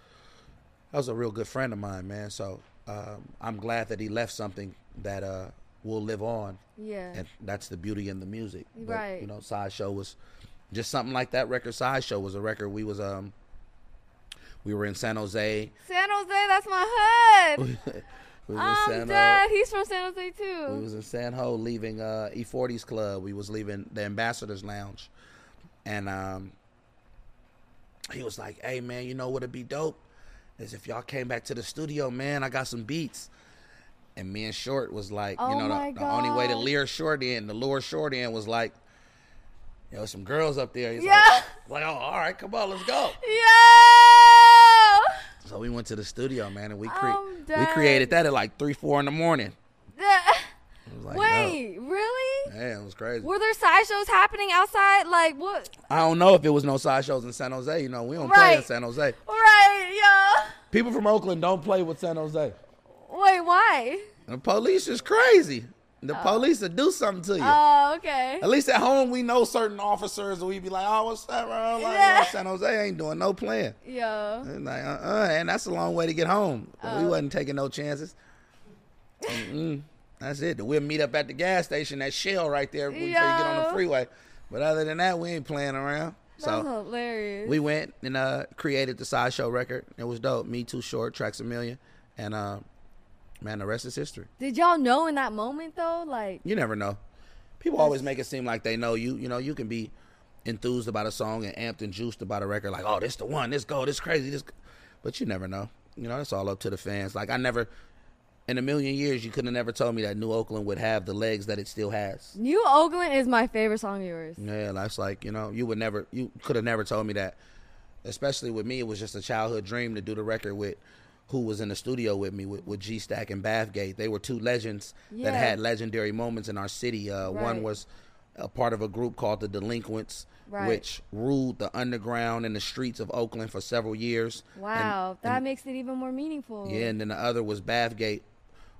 [SPEAKER 2] that was a real good friend of mine, man. So um, I'm glad that he left something that uh, will live on
[SPEAKER 1] Yeah.
[SPEAKER 2] and that's the beauty in the music.
[SPEAKER 1] Right.
[SPEAKER 2] You know, sideshow was just something like that. Record sideshow was a record we was um we were in San Jose. [LAUGHS]
[SPEAKER 1] San Jose, that's my hood.
[SPEAKER 2] We was
[SPEAKER 1] I'm
[SPEAKER 2] in San
[SPEAKER 1] dead.
[SPEAKER 2] Jose.
[SPEAKER 1] He's from San Jose too.
[SPEAKER 2] We was in San Ho leaving uh, E40's club. We was leaving the Ambassadors Lounge, and um, he was like, "Hey man, you know what'd be dope is if y'all came back to the studio, man. I got some beats." And me and Short was like,
[SPEAKER 1] Oh
[SPEAKER 2] you know,
[SPEAKER 1] my
[SPEAKER 2] the, the only way to
[SPEAKER 1] God.
[SPEAKER 2] lure Short in, to lure Short in was like, yo, some girls up there. He's
[SPEAKER 1] Yeah.
[SPEAKER 2] [LAUGHS] like, like, oh, all right, come on, let's go.
[SPEAKER 1] Yo.
[SPEAKER 2] So we went to the studio, man, and we cre-
[SPEAKER 1] I'm
[SPEAKER 2] we
[SPEAKER 1] dead.
[SPEAKER 2] created that at like three, four in the morning. It was like, no.
[SPEAKER 1] Wait, really?
[SPEAKER 2] man, it was crazy.
[SPEAKER 1] Were there sideshows happening outside? Like what?
[SPEAKER 2] I don't know if it was no side shows in San Jose. You know, we don't play in
[SPEAKER 1] Right.
[SPEAKER 2] San Jose.
[SPEAKER 1] Right,
[SPEAKER 2] People from Oakland don't play with San Jose.
[SPEAKER 1] yo. Wait, why?
[SPEAKER 2] The police is crazy. The police will do something to you.
[SPEAKER 1] Oh, okay.
[SPEAKER 2] At least at home, we know certain officers, and we be like, "Oh, what's up, bro?" Like,
[SPEAKER 1] Yeah.
[SPEAKER 2] "Oh, San Jose ain't doing no playing.
[SPEAKER 1] Yo.
[SPEAKER 2] And like, uh-uh, and that's a long way to get home. But
[SPEAKER 1] Oh.
[SPEAKER 2] we wasn't taking no chances. Mm-mm. That's it. We'll meet up at the gas station, that Shell right there, before you get on the
[SPEAKER 1] Yo.
[SPEAKER 2] freeway. But other than that, we ain't playing around. so
[SPEAKER 1] That's hilarious.
[SPEAKER 2] we went and uh, created the sideshow record. It was dope. Me too short, tracks a million, and uh, man, the rest is history.
[SPEAKER 1] Did y'all know in that moment though? Like,
[SPEAKER 2] You never know. People always make it seem like they know you. You know, you can be enthused about a song and amped and juiced about a record, like, oh, this the one, this go, this crazy, this. But you never know. You know, it's all up to the fans. Like I never, in a million years, you could have never told me that New Oakland would have the legs that it still has.
[SPEAKER 1] New Oakland is my favorite song of yours.
[SPEAKER 2] Yeah, that's like you know, you would never, you could have never told me that. Especially with me, it was just a childhood dream to do the record with who was in the studio with me with, with G Stack and Bathgate. They were two legends
[SPEAKER 1] Yeah.
[SPEAKER 2] that had legendary moments in our city. Uh, One
[SPEAKER 1] Right.
[SPEAKER 2] was a part of a group called the Delinquents,
[SPEAKER 1] Right.
[SPEAKER 2] which ruled the underground and the streets of Oakland for several years. And-
[SPEAKER 1] Wow, that makes it even more meaningful.
[SPEAKER 2] yeah, and then the other was Bathgate,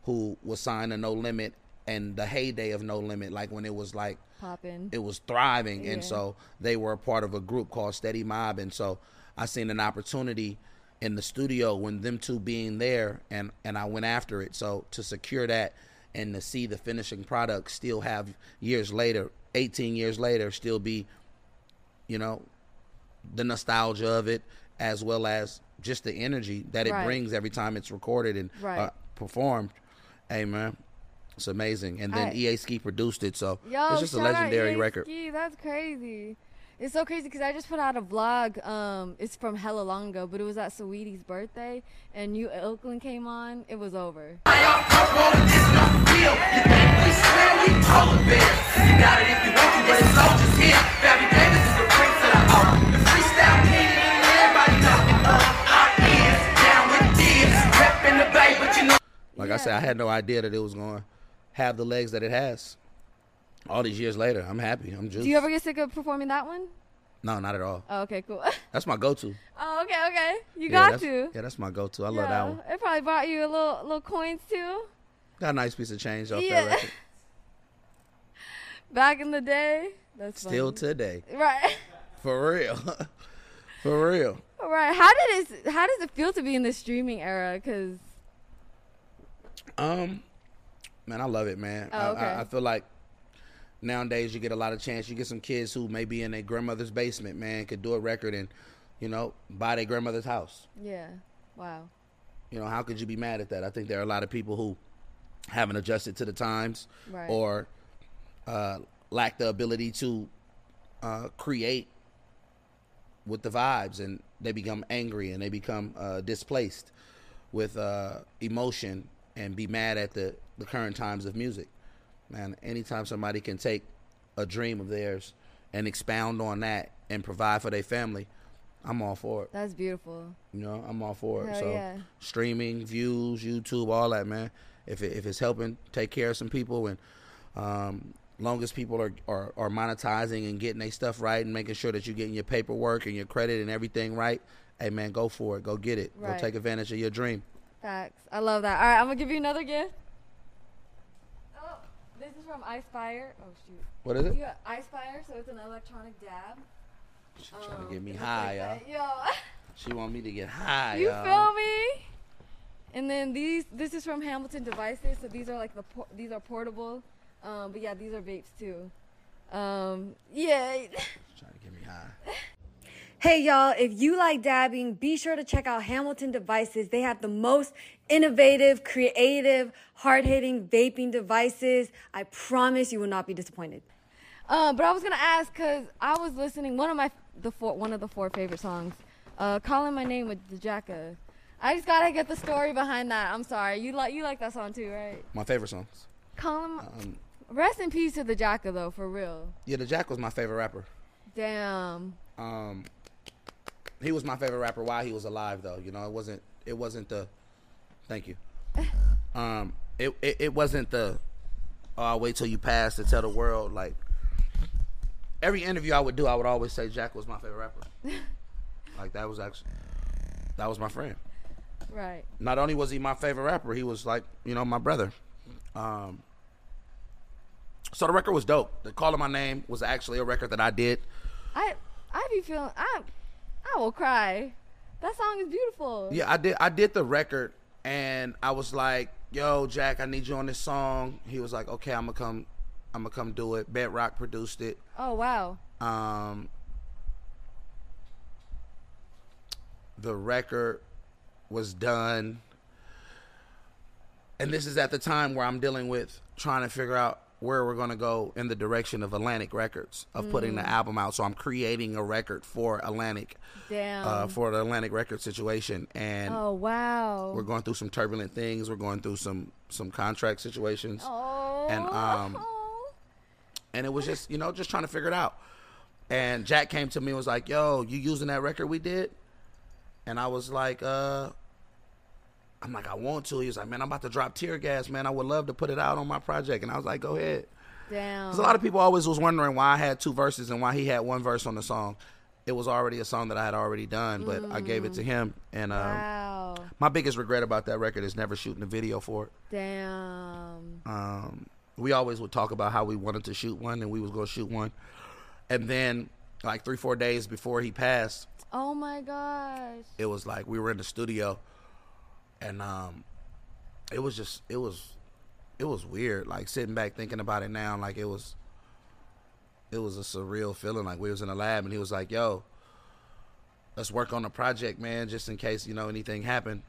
[SPEAKER 2] who was signed to No Limit and the heyday of No Limit, like when it was like
[SPEAKER 1] Poppin'.
[SPEAKER 2] it was thriving
[SPEAKER 1] Mm-hmm.
[SPEAKER 2] and
[SPEAKER 1] Yeah.
[SPEAKER 2] so they were a part of a group called steady mob and so i seen an opportunity in the studio when them two being there and and i went after it so to secure that and to see the finishing product still have years later 18 years later still be you know the nostalgia of it as well as just the energy that it
[SPEAKER 1] Right.
[SPEAKER 2] brings every time it's recorded and
[SPEAKER 1] Right.
[SPEAKER 2] uh, performed hey man it's amazing and then
[SPEAKER 1] I-
[SPEAKER 2] ea ski produced it so
[SPEAKER 1] Yo,
[SPEAKER 2] it's just a
[SPEAKER 1] shout out
[SPEAKER 2] legendary
[SPEAKER 1] EA
[SPEAKER 2] record
[SPEAKER 1] Ski, That's crazy. It's so crazy because I just put out a vlog. Um, it's from hella long ago, but it was at Saweetie's birthday, and New Oakland came on. It was over.
[SPEAKER 2] Like I said, I had no idea that it was going to have the legs that it has. All these years later, I'm happy. I'm juiced.
[SPEAKER 1] Do you ever get sick of performing that one?
[SPEAKER 2] no, not at all.
[SPEAKER 1] Oh, okay, cool. [LAUGHS]
[SPEAKER 2] That's my go-to.
[SPEAKER 1] oh, okay, okay. You
[SPEAKER 2] yeah,
[SPEAKER 1] got
[SPEAKER 2] that's,
[SPEAKER 1] to.
[SPEAKER 2] Yeah, that's my go-to. I love that one.
[SPEAKER 1] It probably brought you a little little coins too.
[SPEAKER 2] Got a nice piece of change off
[SPEAKER 1] Yeah. [LAUGHS]
[SPEAKER 2] that record.
[SPEAKER 1] Back in the day. That's
[SPEAKER 2] Still today,
[SPEAKER 1] funny. right. [LAUGHS]
[SPEAKER 2] for real, [LAUGHS] for real.
[SPEAKER 1] Right. How did it? How does it feel to be in the streaming era? Because
[SPEAKER 2] Um, man, I love it, man. I,
[SPEAKER 1] Oh, okay.
[SPEAKER 2] I, I feel like nowadays you get a lot of chance. You get some kids who may be in their grandmother's basement, man, could do a record and you know buy their grandmother's house.
[SPEAKER 1] yeah. Wow.
[SPEAKER 2] You know, how could you be mad at that? I think there are a lot of people who haven't adjusted to the times
[SPEAKER 1] Right.
[SPEAKER 2] or uh, lack the ability to uh, create with the vibes and they become angry and they become uh, displaced with uh, emotion and be mad at the, the current times of music. Man, anytime somebody can take a dream of theirs and expound on that and provide for their family, I'm all for it.
[SPEAKER 1] That's beautiful.
[SPEAKER 2] You know, I'm all for it.
[SPEAKER 1] Hell
[SPEAKER 2] so
[SPEAKER 1] yeah.
[SPEAKER 2] streaming, views, YouTube, all that, man. If it, if it's helping take care of some people and um long as people are, are, are monetizing and getting their stuff right and making sure that you're getting your paperwork and your credit and everything right, hey man, go for it. Go get it.
[SPEAKER 1] Right.
[SPEAKER 2] Go take advantage of your dream.
[SPEAKER 1] Facts. I love that. All right, I'm gonna give you another gift. Oh, this is from Ice Fire. Oh shoot.
[SPEAKER 2] What is it?
[SPEAKER 1] You got Ice Fire, so it's an electronic dab.
[SPEAKER 2] She trying
[SPEAKER 1] Um,
[SPEAKER 2] to get me
[SPEAKER 1] it looks
[SPEAKER 2] high, y'all.
[SPEAKER 1] like that.
[SPEAKER 2] She want me to get high,
[SPEAKER 1] Yo. you
[SPEAKER 2] y'all.
[SPEAKER 1] feel me? And then these. This is from Hamilton Devices. So these are like the. Por- these are portable. Um, but yeah, these are vapes too. Um, yeah. [LAUGHS]
[SPEAKER 2] She trying to get me high.
[SPEAKER 3] Hey y'all, if you like dabbing, be sure to check out Hamilton Devices. They have the most innovative, creative, hard hitting vaping devices. I promise you will not be disappointed.
[SPEAKER 1] Um, but I was gonna ask because I was listening one of my the four one of the four favorite songs, uh, "Calling My Name" with Dejaka. I just gotta get the story behind that. I'm sorry, you like you like that song too, right?
[SPEAKER 2] My favorite songs.
[SPEAKER 1] Calling. My, rest in peace to the Jacka though, for real.
[SPEAKER 2] Yeah, the Jack was my favorite rapper.
[SPEAKER 1] Damn.
[SPEAKER 2] um he was my favorite rapper while he was alive though you know it wasn't it wasn't the thank you um it it, it wasn't the oh I'll wait till you pass to tell the world like every interview i would do i would always say jack was my favorite rapper like that was actually that was my friend
[SPEAKER 1] Right.
[SPEAKER 2] not only was he my favorite rapper, he was like, you know, my brother. Um, so the record was dope. The Calling My Name was actually a record that I did.
[SPEAKER 1] I I be feeling I I will cry. That song is beautiful.
[SPEAKER 2] Yeah, I did. I did the record, and I was like, "Yo, Jack, I need you on this song." He was like, "Okay, I'm gonna come, I'm gonna come do it." Bedrock produced it.
[SPEAKER 1] Oh wow.
[SPEAKER 2] Um, the record was done, and this is at the time where I'm dealing with trying to figure out where we're gonna go in the direction of Atlantic Records of putting the album out. So I'm creating a record for Atlantic,
[SPEAKER 1] Damn.
[SPEAKER 2] uh, for the Atlantic record situation, and
[SPEAKER 1] oh wow.
[SPEAKER 2] we're going through some turbulent things. We're going through some some contract situations,
[SPEAKER 1] oh.
[SPEAKER 2] and um,
[SPEAKER 1] oh.
[SPEAKER 2] and it was just you know just trying to figure it out. And Jack came to me and was like, "Yo, you using that record we did?" And I was like, "Uh." I'm like, I want to. He was like, man, I'm about to drop tear gas, man. I would love to put it out on my project. And I was like, go ahead.
[SPEAKER 1] Damn.
[SPEAKER 2] Because a lot of people always was wondering why I had two verses and why he had one verse on the song. It was already a song that I had already done, but I gave it to him. And um,
[SPEAKER 1] Mm. Wow.
[SPEAKER 2] my biggest regret about that record is never shooting a video for it.
[SPEAKER 1] Damn.
[SPEAKER 2] um, we always would talk about how we wanted to shoot one and we was going to shoot one and then like three four days before he passed
[SPEAKER 1] Oh my gosh.
[SPEAKER 2] it was like we were in the studio and um, it was just it was it was weird like sitting back thinking about it now like it was it was a surreal feeling like we was in the lab and he was like yo let's work on the project man just in case you know anything happened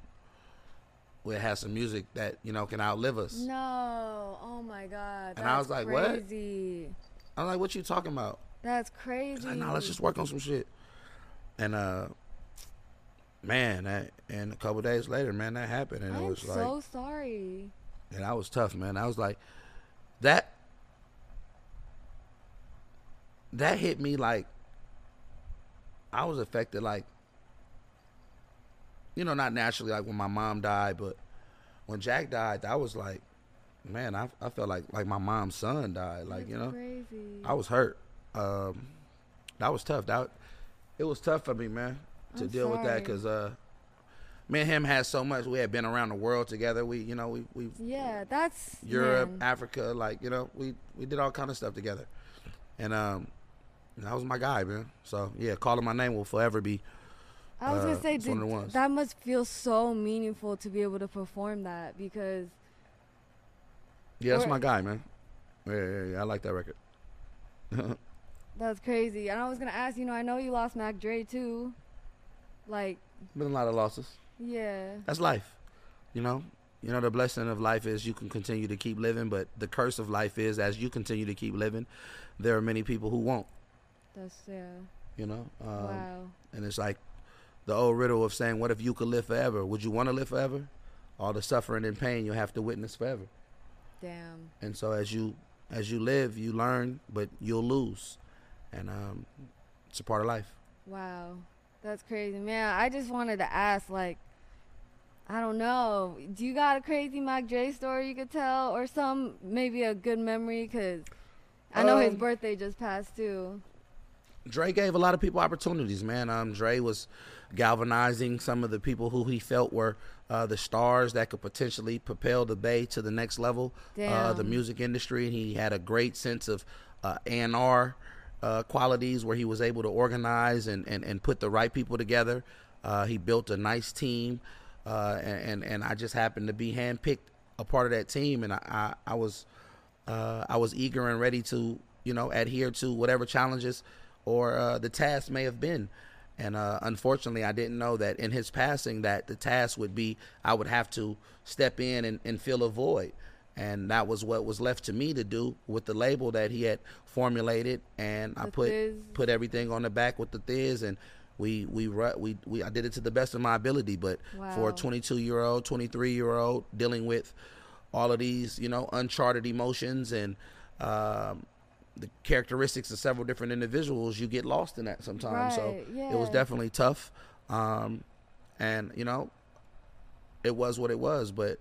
[SPEAKER 2] we'll have some music that you know can outlive us
[SPEAKER 1] No. Oh my god.
[SPEAKER 2] And I
[SPEAKER 1] that's
[SPEAKER 2] was like, what?
[SPEAKER 1] crazy.
[SPEAKER 2] I'm like, what you talking about?
[SPEAKER 1] That's crazy.
[SPEAKER 2] Like, nah, let's just work on some shit. And uh, man, that, and a couple days later, man, that happened, and it
[SPEAKER 1] I'm
[SPEAKER 2] was like,
[SPEAKER 1] so sorry.
[SPEAKER 2] and I was tough, man. I was like, that, that hit me like, I was affected like, you know, not naturally like when my mom died, but when Jack died, I was like, man, I, I felt like like my mom's son died, like
[SPEAKER 1] That's
[SPEAKER 2] you know.
[SPEAKER 1] crazy.
[SPEAKER 2] I was hurt. Um, that was tough. That it was tough for me, man, to
[SPEAKER 1] I'm
[SPEAKER 2] deal with that
[SPEAKER 1] sorry.
[SPEAKER 2] because uh, me and him had so much. We had been around the world together. We, you know, we we
[SPEAKER 1] Yeah, that's
[SPEAKER 2] Europe,
[SPEAKER 1] man.
[SPEAKER 2] Africa, like you know, we we did all kind of stuff together, and um, that was my guy, man. So yeah, calling my name will forever be.
[SPEAKER 1] I was
[SPEAKER 2] Uh,
[SPEAKER 1] gonna say
[SPEAKER 2] it's one of the
[SPEAKER 1] did-
[SPEAKER 2] ones.
[SPEAKER 1] that must feel so meaningful to be able to perform that because
[SPEAKER 2] Yeah, that's
[SPEAKER 1] Or-
[SPEAKER 2] my guy, man. Yeah, yeah, yeah. I like that record.
[SPEAKER 1] that's crazy. And I was gonna ask, you know, I know you lost Mac Dre too. Like,
[SPEAKER 2] Been a lot of losses.
[SPEAKER 1] yeah,
[SPEAKER 2] That's life. You know? You know, the blessing of life is you can continue to keep living, but the curse of life is as you continue to keep living, there are many people who won't,
[SPEAKER 1] that's yeah.
[SPEAKER 2] you know? Um,
[SPEAKER 1] wow.
[SPEAKER 2] And it's like the old riddle of saying, what if you could live forever? Would you want to live forever? All the suffering and pain you'll have to witness forever.
[SPEAKER 1] Damn.
[SPEAKER 2] And so as you as you live, you learn, but you'll lose. And um, it's a part of life.
[SPEAKER 1] Wow. That's crazy. Man, I just wanted to ask, like, I don't know. Do you got a crazy Mac Dre story you could tell or some, maybe a good memory? Because I know his
[SPEAKER 2] Um,
[SPEAKER 1] birthday just passed too.
[SPEAKER 2] Dre gave a lot of people opportunities, man. Um, Dre was galvanizing some of the people who he felt were uh, the stars that could potentially propel the Bay to the next level, uh, the
[SPEAKER 1] Damn.
[SPEAKER 2] music industry. And he had a great sense of uh, A&R uh, qualities where he was able to organize and, and, and put the right people together. Uh, he built a nice team, uh, and, and, and I just happened to be handpicked a part of that team, and I, I, I was uh, I was eager and ready to, you know, adhere to whatever challenges or uh, the task may have been. And uh, unfortunately, I didn't know that in his passing, that the task would be I would have to step in and, and fill a void. And that was what was left to me to do with the label that he had formulated, and I
[SPEAKER 1] The
[SPEAKER 2] put
[SPEAKER 1] Thiz.
[SPEAKER 2] put everything on the back with the thiz, and we we ru- we we I did it to the best of my ability. But for
[SPEAKER 1] Wow.
[SPEAKER 2] a 22 year old, 23 year old, dealing with all of these, you know, uncharted emotions and um, the characteristics of several different individuals, you get lost in that sometimes. so
[SPEAKER 1] Right,
[SPEAKER 2] it was
[SPEAKER 1] yeah.
[SPEAKER 2] definitely tough. Um, and, you know, it was what it was, but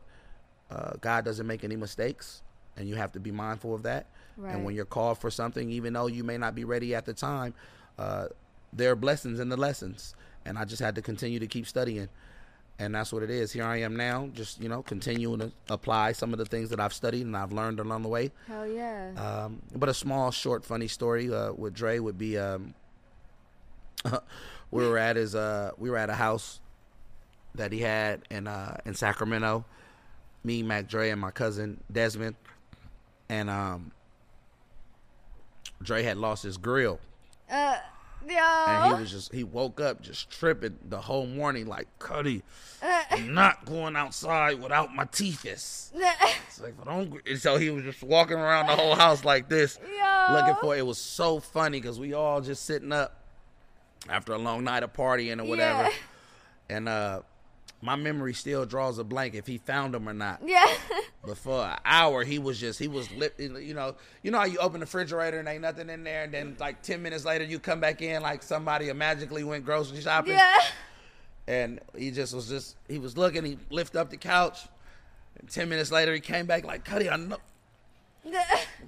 [SPEAKER 2] uh, God doesn't make any mistakes, and you have to be mindful of that. And when
[SPEAKER 1] Right.
[SPEAKER 2] you're called for something, even though you may not be ready at the time, uh, there are blessings in the lessons. And I just had to continue to keep studying. And that's what it is. Here I am now, just, you know, continuing to apply some of the things that I've studied and I've learned along the way.
[SPEAKER 1] Hell yeah.
[SPEAKER 2] Um, but a small, short, funny story uh, with Dre would be um, [LAUGHS] we were at his uh, we were at a house that he had in uh, in Sacramento. Me, Mac Dre, and my cousin Desmond, and um, Dre had lost his grill,
[SPEAKER 1] uh,
[SPEAKER 2] and he
[SPEAKER 1] yo. [LAUGHS]
[SPEAKER 2] was just he woke up just tripping the whole morning like Cuddy, I'm not going outside without my teethus. It's like, but I'm gr-" and so he was just walking around the whole house like this,
[SPEAKER 1] Yo.
[SPEAKER 2] looking for. It was so funny because we all just sitting up after a long night of partying or whatever,
[SPEAKER 1] Yeah.
[SPEAKER 2] and uh, my memory still draws a blank if he found him or not.
[SPEAKER 1] yeah.
[SPEAKER 2] But for an hour, he was just he was lip, you know, you know how you open the refrigerator and ain't nothing in there, and then like ten minutes later you come back in like somebody magically went grocery shopping
[SPEAKER 1] yeah. [LAUGHS]
[SPEAKER 2] and he just was just he was looking. He lifted up the couch. And Ten minutes later, he came back like, "Cuddy, I'm no,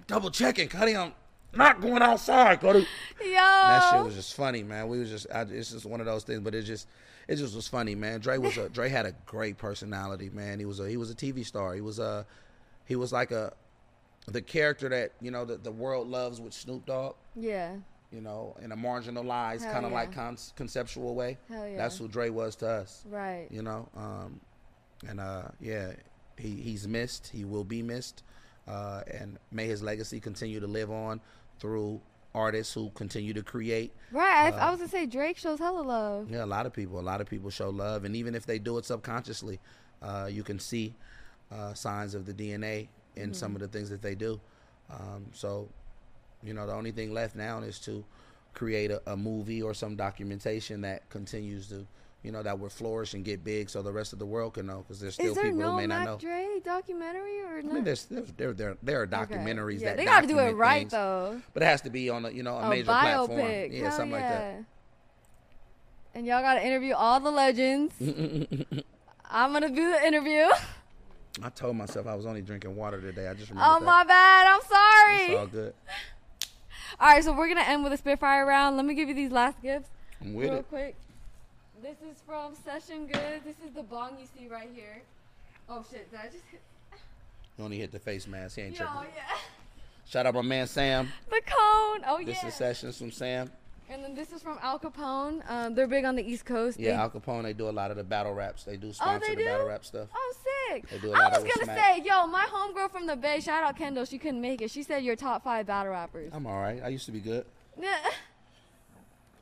[SPEAKER 2] double checking. Cuddy, I'm not going outside, Cuddy."
[SPEAKER 1] Yo.
[SPEAKER 2] That shit was just funny, man. We was just I, it's just one of those things, but it just it just was funny, man. Dre was [LAUGHS] a Dre had a great personality, man. He was a he was a TV star. He was a he was like a the character that you know that the world loves with Snoop Dogg
[SPEAKER 1] yeah.
[SPEAKER 2] you know, in a marginalized
[SPEAKER 1] Hell
[SPEAKER 2] kind of
[SPEAKER 1] yeah.
[SPEAKER 2] like con- conceptual way.
[SPEAKER 1] Hell yeah.
[SPEAKER 2] That's who Dre was to us.
[SPEAKER 1] Right.
[SPEAKER 2] You know, um, and uh, yeah, he he's missed. He will be missed, uh, and may his legacy continue to live on through artists who continue to create.
[SPEAKER 1] Right.
[SPEAKER 2] Uh,
[SPEAKER 1] I, I was gonna say Drake shows hella love.
[SPEAKER 2] Yeah, a lot of people, a lot of people show love, and even if they do it subconsciously, uh, you can see
[SPEAKER 1] Mm-hmm.
[SPEAKER 2] uh, signs of the DNA in some of the things that they do. Um, so, You know, the only thing left now is to create a, a movie or some documentation that continues to, you know, that would flourish and get big, so the rest of the world can know. Because there's still
[SPEAKER 1] Is there
[SPEAKER 2] people who
[SPEAKER 1] no
[SPEAKER 2] may not know.
[SPEAKER 1] Mac Dre documentary or
[SPEAKER 2] I mean,
[SPEAKER 1] not?
[SPEAKER 2] there's, there's there there there are
[SPEAKER 1] Okay.
[SPEAKER 2] documentaries
[SPEAKER 1] Yeah,
[SPEAKER 2] that
[SPEAKER 1] they gotta do it
[SPEAKER 2] document
[SPEAKER 1] right
[SPEAKER 2] things,
[SPEAKER 1] though.
[SPEAKER 2] but it has to be on a you know a,
[SPEAKER 1] A
[SPEAKER 2] major
[SPEAKER 1] biopic.
[SPEAKER 2] platform, yeah,
[SPEAKER 1] Hell
[SPEAKER 2] something like that.
[SPEAKER 1] yeah. And y'all gotta interview all the
[SPEAKER 2] [LAUGHS]
[SPEAKER 1] legends. I'm gonna do the interview.
[SPEAKER 2] I told myself I was only drinking water today. I just remember
[SPEAKER 1] Oh my bad. I'm sorry.
[SPEAKER 2] It's all good.
[SPEAKER 1] All right, so we're gonna end with a Spitfire round. Let me give you these last gifts
[SPEAKER 2] I'm with
[SPEAKER 1] real
[SPEAKER 2] it.
[SPEAKER 1] quick. This is from Session Good. This is the bong you see right here. Oh shit! Did I just hit?
[SPEAKER 2] You only hit the face mask. He ain't
[SPEAKER 1] Yo,
[SPEAKER 2] tripping.
[SPEAKER 1] yeah. [LAUGHS]
[SPEAKER 2] Shout out my man Sam.
[SPEAKER 1] The cone. Oh
[SPEAKER 2] This
[SPEAKER 1] yeah.
[SPEAKER 2] is sessions from Sam.
[SPEAKER 1] and then this is from Al Capone. Um, they're big on the East Coast.
[SPEAKER 2] Yeah,
[SPEAKER 1] They-
[SPEAKER 2] Al Capone. They do a lot of the battle raps. They do
[SPEAKER 1] Oh,
[SPEAKER 2] sponsor
[SPEAKER 1] they
[SPEAKER 2] the
[SPEAKER 1] do.
[SPEAKER 2] battle rap stuff.
[SPEAKER 1] Oh, sick.
[SPEAKER 2] They do a
[SPEAKER 1] I
[SPEAKER 2] lot
[SPEAKER 1] was
[SPEAKER 2] of
[SPEAKER 1] gonna
[SPEAKER 2] Smack.
[SPEAKER 1] say, yo, my homegirl from the Bay, shout out Kendall. She couldn't make it. She said your top five battle rappers.
[SPEAKER 2] I'm all right. I used to be good.
[SPEAKER 1] Yeah.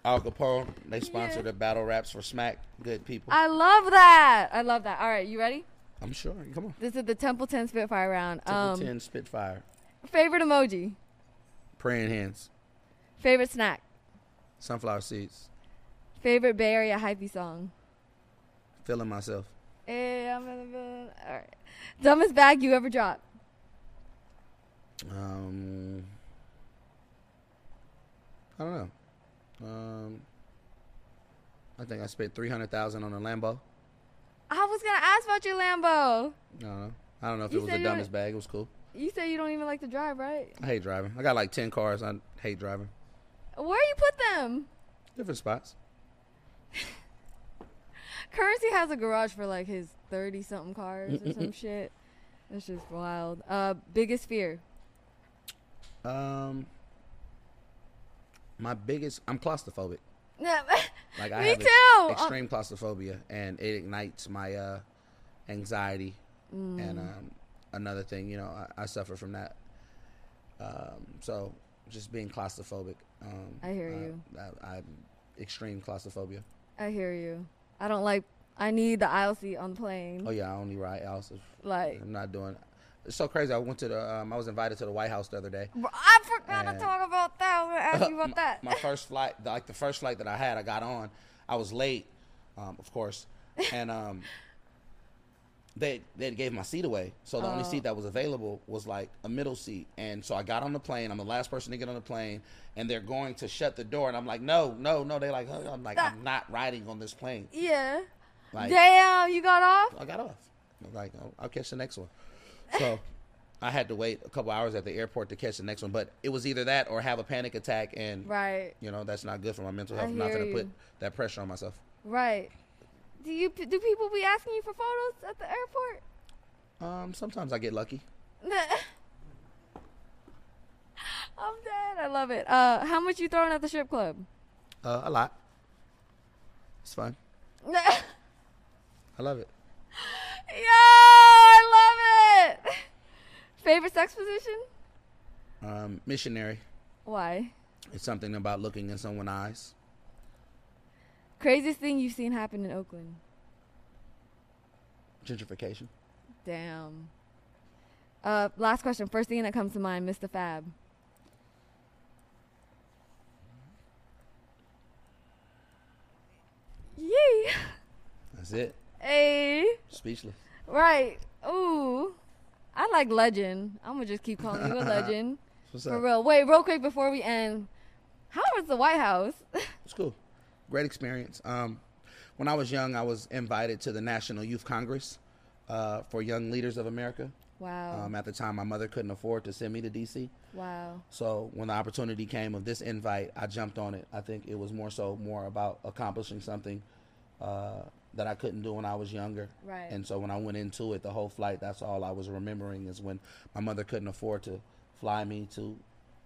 [SPEAKER 2] Al Capone. They sponsor
[SPEAKER 1] Yeah.
[SPEAKER 2] the battle raps for Smack. Good
[SPEAKER 1] [LAUGHS]
[SPEAKER 2] people.
[SPEAKER 1] I love that. I love that. All right, you ready?
[SPEAKER 2] I'm sure. Come on.
[SPEAKER 1] This is the Templeton Spitfire round.
[SPEAKER 2] Triple
[SPEAKER 1] Um,
[SPEAKER 2] Ten Spitfire.
[SPEAKER 1] favorite emoji.
[SPEAKER 2] Praying hands.
[SPEAKER 1] Favorite snack.
[SPEAKER 2] Sunflower seeds.
[SPEAKER 1] Favorite Bay Area hypey song.
[SPEAKER 2] Feeling myself.
[SPEAKER 1] Hey, Eh, I'm in the mood. All right. Dumbest bag you ever dropped.
[SPEAKER 2] Um, I don't know. Um, I think I spent three hundred thousand on a Lambo.
[SPEAKER 1] I was gonna ask about your Lambo.
[SPEAKER 2] I don't know. I don't know if
[SPEAKER 1] You
[SPEAKER 2] it was
[SPEAKER 1] said
[SPEAKER 2] the
[SPEAKER 1] you
[SPEAKER 2] dumbest
[SPEAKER 1] wanna-
[SPEAKER 2] bag. It was cool.
[SPEAKER 1] You say you don't even like to drive, right?
[SPEAKER 2] I hate driving. I got like ten cars. I hate driving.
[SPEAKER 1] Where you put them?
[SPEAKER 2] Different spots.
[SPEAKER 1] Currency has a garage for like his thirty something cars or
[SPEAKER 2] [LAUGHS]
[SPEAKER 1] some shit. That's just wild. Uh, biggest fear. [LAUGHS]
[SPEAKER 2] Um, my biggest. I'm claustrophobic. Like I
[SPEAKER 1] Me
[SPEAKER 2] have ex-
[SPEAKER 1] too. Uh,
[SPEAKER 2] extreme claustrophobia, and it ignites my uh, anxiety.
[SPEAKER 1] Mm.
[SPEAKER 2] And um, another thing, you know, I, I suffer from that. Um, so just being claustrophobic. Um,
[SPEAKER 1] I hear you.
[SPEAKER 2] I, I, am extreme claustrophobia.
[SPEAKER 1] I hear you. I don't like. I need the aisle seat on the plane.
[SPEAKER 2] Oh yeah, I only ride else. if-
[SPEAKER 1] Like-
[SPEAKER 2] I'm not doing. It's so crazy. I went to the. Um, I was invited to the White House the other day.
[SPEAKER 1] Bro, I forgot to
[SPEAKER 2] And-
[SPEAKER 1] talk about that. I'm gonna ask you
[SPEAKER 2] [LAUGHS]
[SPEAKER 1] about that.
[SPEAKER 2] my first flight, the- like the first flight that I had, I got on. I was late, um, of course, and um, [LAUGHS] they they gave my seat away. So the
[SPEAKER 1] Oh.
[SPEAKER 2] only seat that was available was like a middle seat, and so I got on the plane. I'm the last person to get on the plane, and they're going to shut the door, and I'm like, no, no, no. They like, huh? I'm like, I'm not riding on this plane.
[SPEAKER 1] yeah.
[SPEAKER 2] Like-
[SPEAKER 1] Damn, you got off.
[SPEAKER 2] I got off. I was like, "Oh, I'll catch the next one. So I had to wait a couple hours at the airport to catch the next one. But it was either that or have a panic attack, and
[SPEAKER 1] Right.
[SPEAKER 2] you know that's not good for my mental health.
[SPEAKER 1] I
[SPEAKER 2] I'm not
[SPEAKER 1] hear
[SPEAKER 2] gonna put
[SPEAKER 1] you.
[SPEAKER 2] that pressure on myself.
[SPEAKER 1] Right. Do you do people be asking you for photos at the airport? [LAUGHS]
[SPEAKER 2] Um, sometimes I get lucky.
[SPEAKER 1] I'm dead. I love it. Uh, how much you throwing at the strip club? [LAUGHS]
[SPEAKER 2] Uh, a lot. It's fun.
[SPEAKER 1] Yo,
[SPEAKER 2] I love it.
[SPEAKER 1] I love it. [LAUGHS] Favorite sex position?
[SPEAKER 2] Um, missionary.
[SPEAKER 1] Why?
[SPEAKER 2] It's something about looking in someone's eyes.
[SPEAKER 1] Craziest thing you've seen happen in Oakland?
[SPEAKER 2] Gentrification.
[SPEAKER 1] Damn. Uh, last question. First thing that comes to mind, Mr. Fab. Yay.
[SPEAKER 2] That's it.
[SPEAKER 1] Hey.
[SPEAKER 2] Speechless.
[SPEAKER 1] Right. Ooh. I like legend. I'm gonna just keep calling
[SPEAKER 2] [LAUGHS]
[SPEAKER 1] you a legend.
[SPEAKER 2] What's
[SPEAKER 1] For
[SPEAKER 2] up?
[SPEAKER 1] real. Wait, real quick before we end. How was the White House? [LAUGHS]
[SPEAKER 2] It's cool. Great experience. Um, when I was young, I was invited to the National Youth Congress uh, for Young Leaders of America.
[SPEAKER 1] wow.
[SPEAKER 2] Um, at the time, my mother couldn't afford to send me to DC.
[SPEAKER 1] wow.
[SPEAKER 2] So when the opportunity came of this invite, I jumped on it. I think it was more so more about accomplishing something uh, that I couldn't do when I was younger.
[SPEAKER 1] Right.
[SPEAKER 2] And so when I went into it, the whole flight, that's all I was remembering is when my mother couldn't afford to fly me to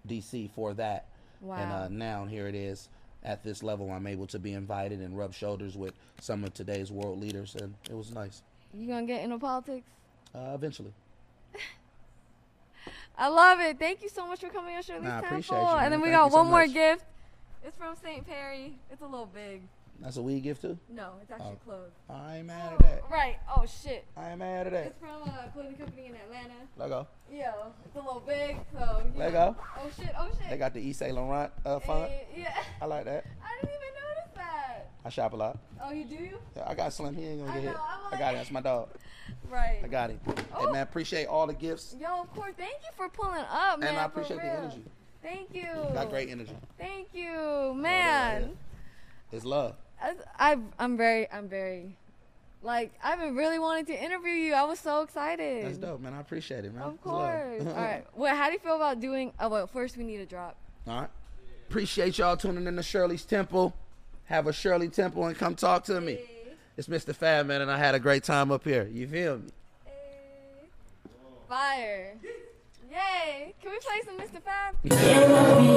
[SPEAKER 2] D.C. for that. And
[SPEAKER 1] Wow.
[SPEAKER 2] uh, now here it is. At this level, I'm able to be invited and rub shoulders with some of today's world leaders, and it was nice.
[SPEAKER 1] You gonna get into politics?
[SPEAKER 2] Uh, eventually,
[SPEAKER 1] I love it. Thank you so much for coming on Shirley's
[SPEAKER 2] Nah, I
[SPEAKER 1] Temple.
[SPEAKER 2] appreciate you,
[SPEAKER 1] and
[SPEAKER 2] man.
[SPEAKER 1] then we
[SPEAKER 2] Thank
[SPEAKER 1] got
[SPEAKER 2] you so
[SPEAKER 1] one more
[SPEAKER 2] much.
[SPEAKER 1] gift. It's from St. Perry. It's a little big.
[SPEAKER 2] That's a weed gift too.
[SPEAKER 1] No, it's actually closed.
[SPEAKER 2] I ain't mad Oh. at that.
[SPEAKER 1] Oh, right. Oh shit.
[SPEAKER 2] I ain't mad at that.
[SPEAKER 1] It's from a clothing company in Atlanta.
[SPEAKER 2] Let go.
[SPEAKER 1] Yeah, it's a little big, so. you
[SPEAKER 2] Let
[SPEAKER 1] know.
[SPEAKER 2] go.
[SPEAKER 1] Oh shit. Oh shit.
[SPEAKER 2] They got the East Saint Laurent uh, font.
[SPEAKER 1] Eh, yeah.
[SPEAKER 2] I like that.
[SPEAKER 1] [LAUGHS] I didn't even notice that.
[SPEAKER 2] I shop a lot.
[SPEAKER 1] Oh, you do?
[SPEAKER 2] Yeah, I got Slim. He ain't gonna
[SPEAKER 1] I
[SPEAKER 2] get
[SPEAKER 1] know,
[SPEAKER 2] hit.
[SPEAKER 1] I'm
[SPEAKER 2] I got
[SPEAKER 1] like-
[SPEAKER 2] it. That's my dog.
[SPEAKER 1] Right.
[SPEAKER 2] I got it. Hey
[SPEAKER 1] Oh.
[SPEAKER 2] man, appreciate all the gifts.
[SPEAKER 1] Yo, of course. Thank you for pulling up, man.
[SPEAKER 2] I
[SPEAKER 1] for
[SPEAKER 2] appreciate the
[SPEAKER 1] real.
[SPEAKER 2] energy.
[SPEAKER 1] Thank you.
[SPEAKER 2] Got great energy.
[SPEAKER 1] Thank you, man.
[SPEAKER 2] It's love.
[SPEAKER 1] I, I, I'm very, I'm very, like, I've been really wanting to interview you. I was so excited.
[SPEAKER 2] That's dope, man. I appreciate it, man.
[SPEAKER 1] Of
[SPEAKER 2] It's love.
[SPEAKER 1] course.
[SPEAKER 2] [LAUGHS]
[SPEAKER 1] All right. Well, how do you feel about doing? Oh, well, first we need a drop.
[SPEAKER 2] All right. Appreciate y'all tuning in to Shirley's Temple. Have a Shirley Temple and come talk to me. It's Mr. Fab, man, and I had a great time up here. You feel me?
[SPEAKER 1] Fire. Yay. Can we play some Mr. Fab?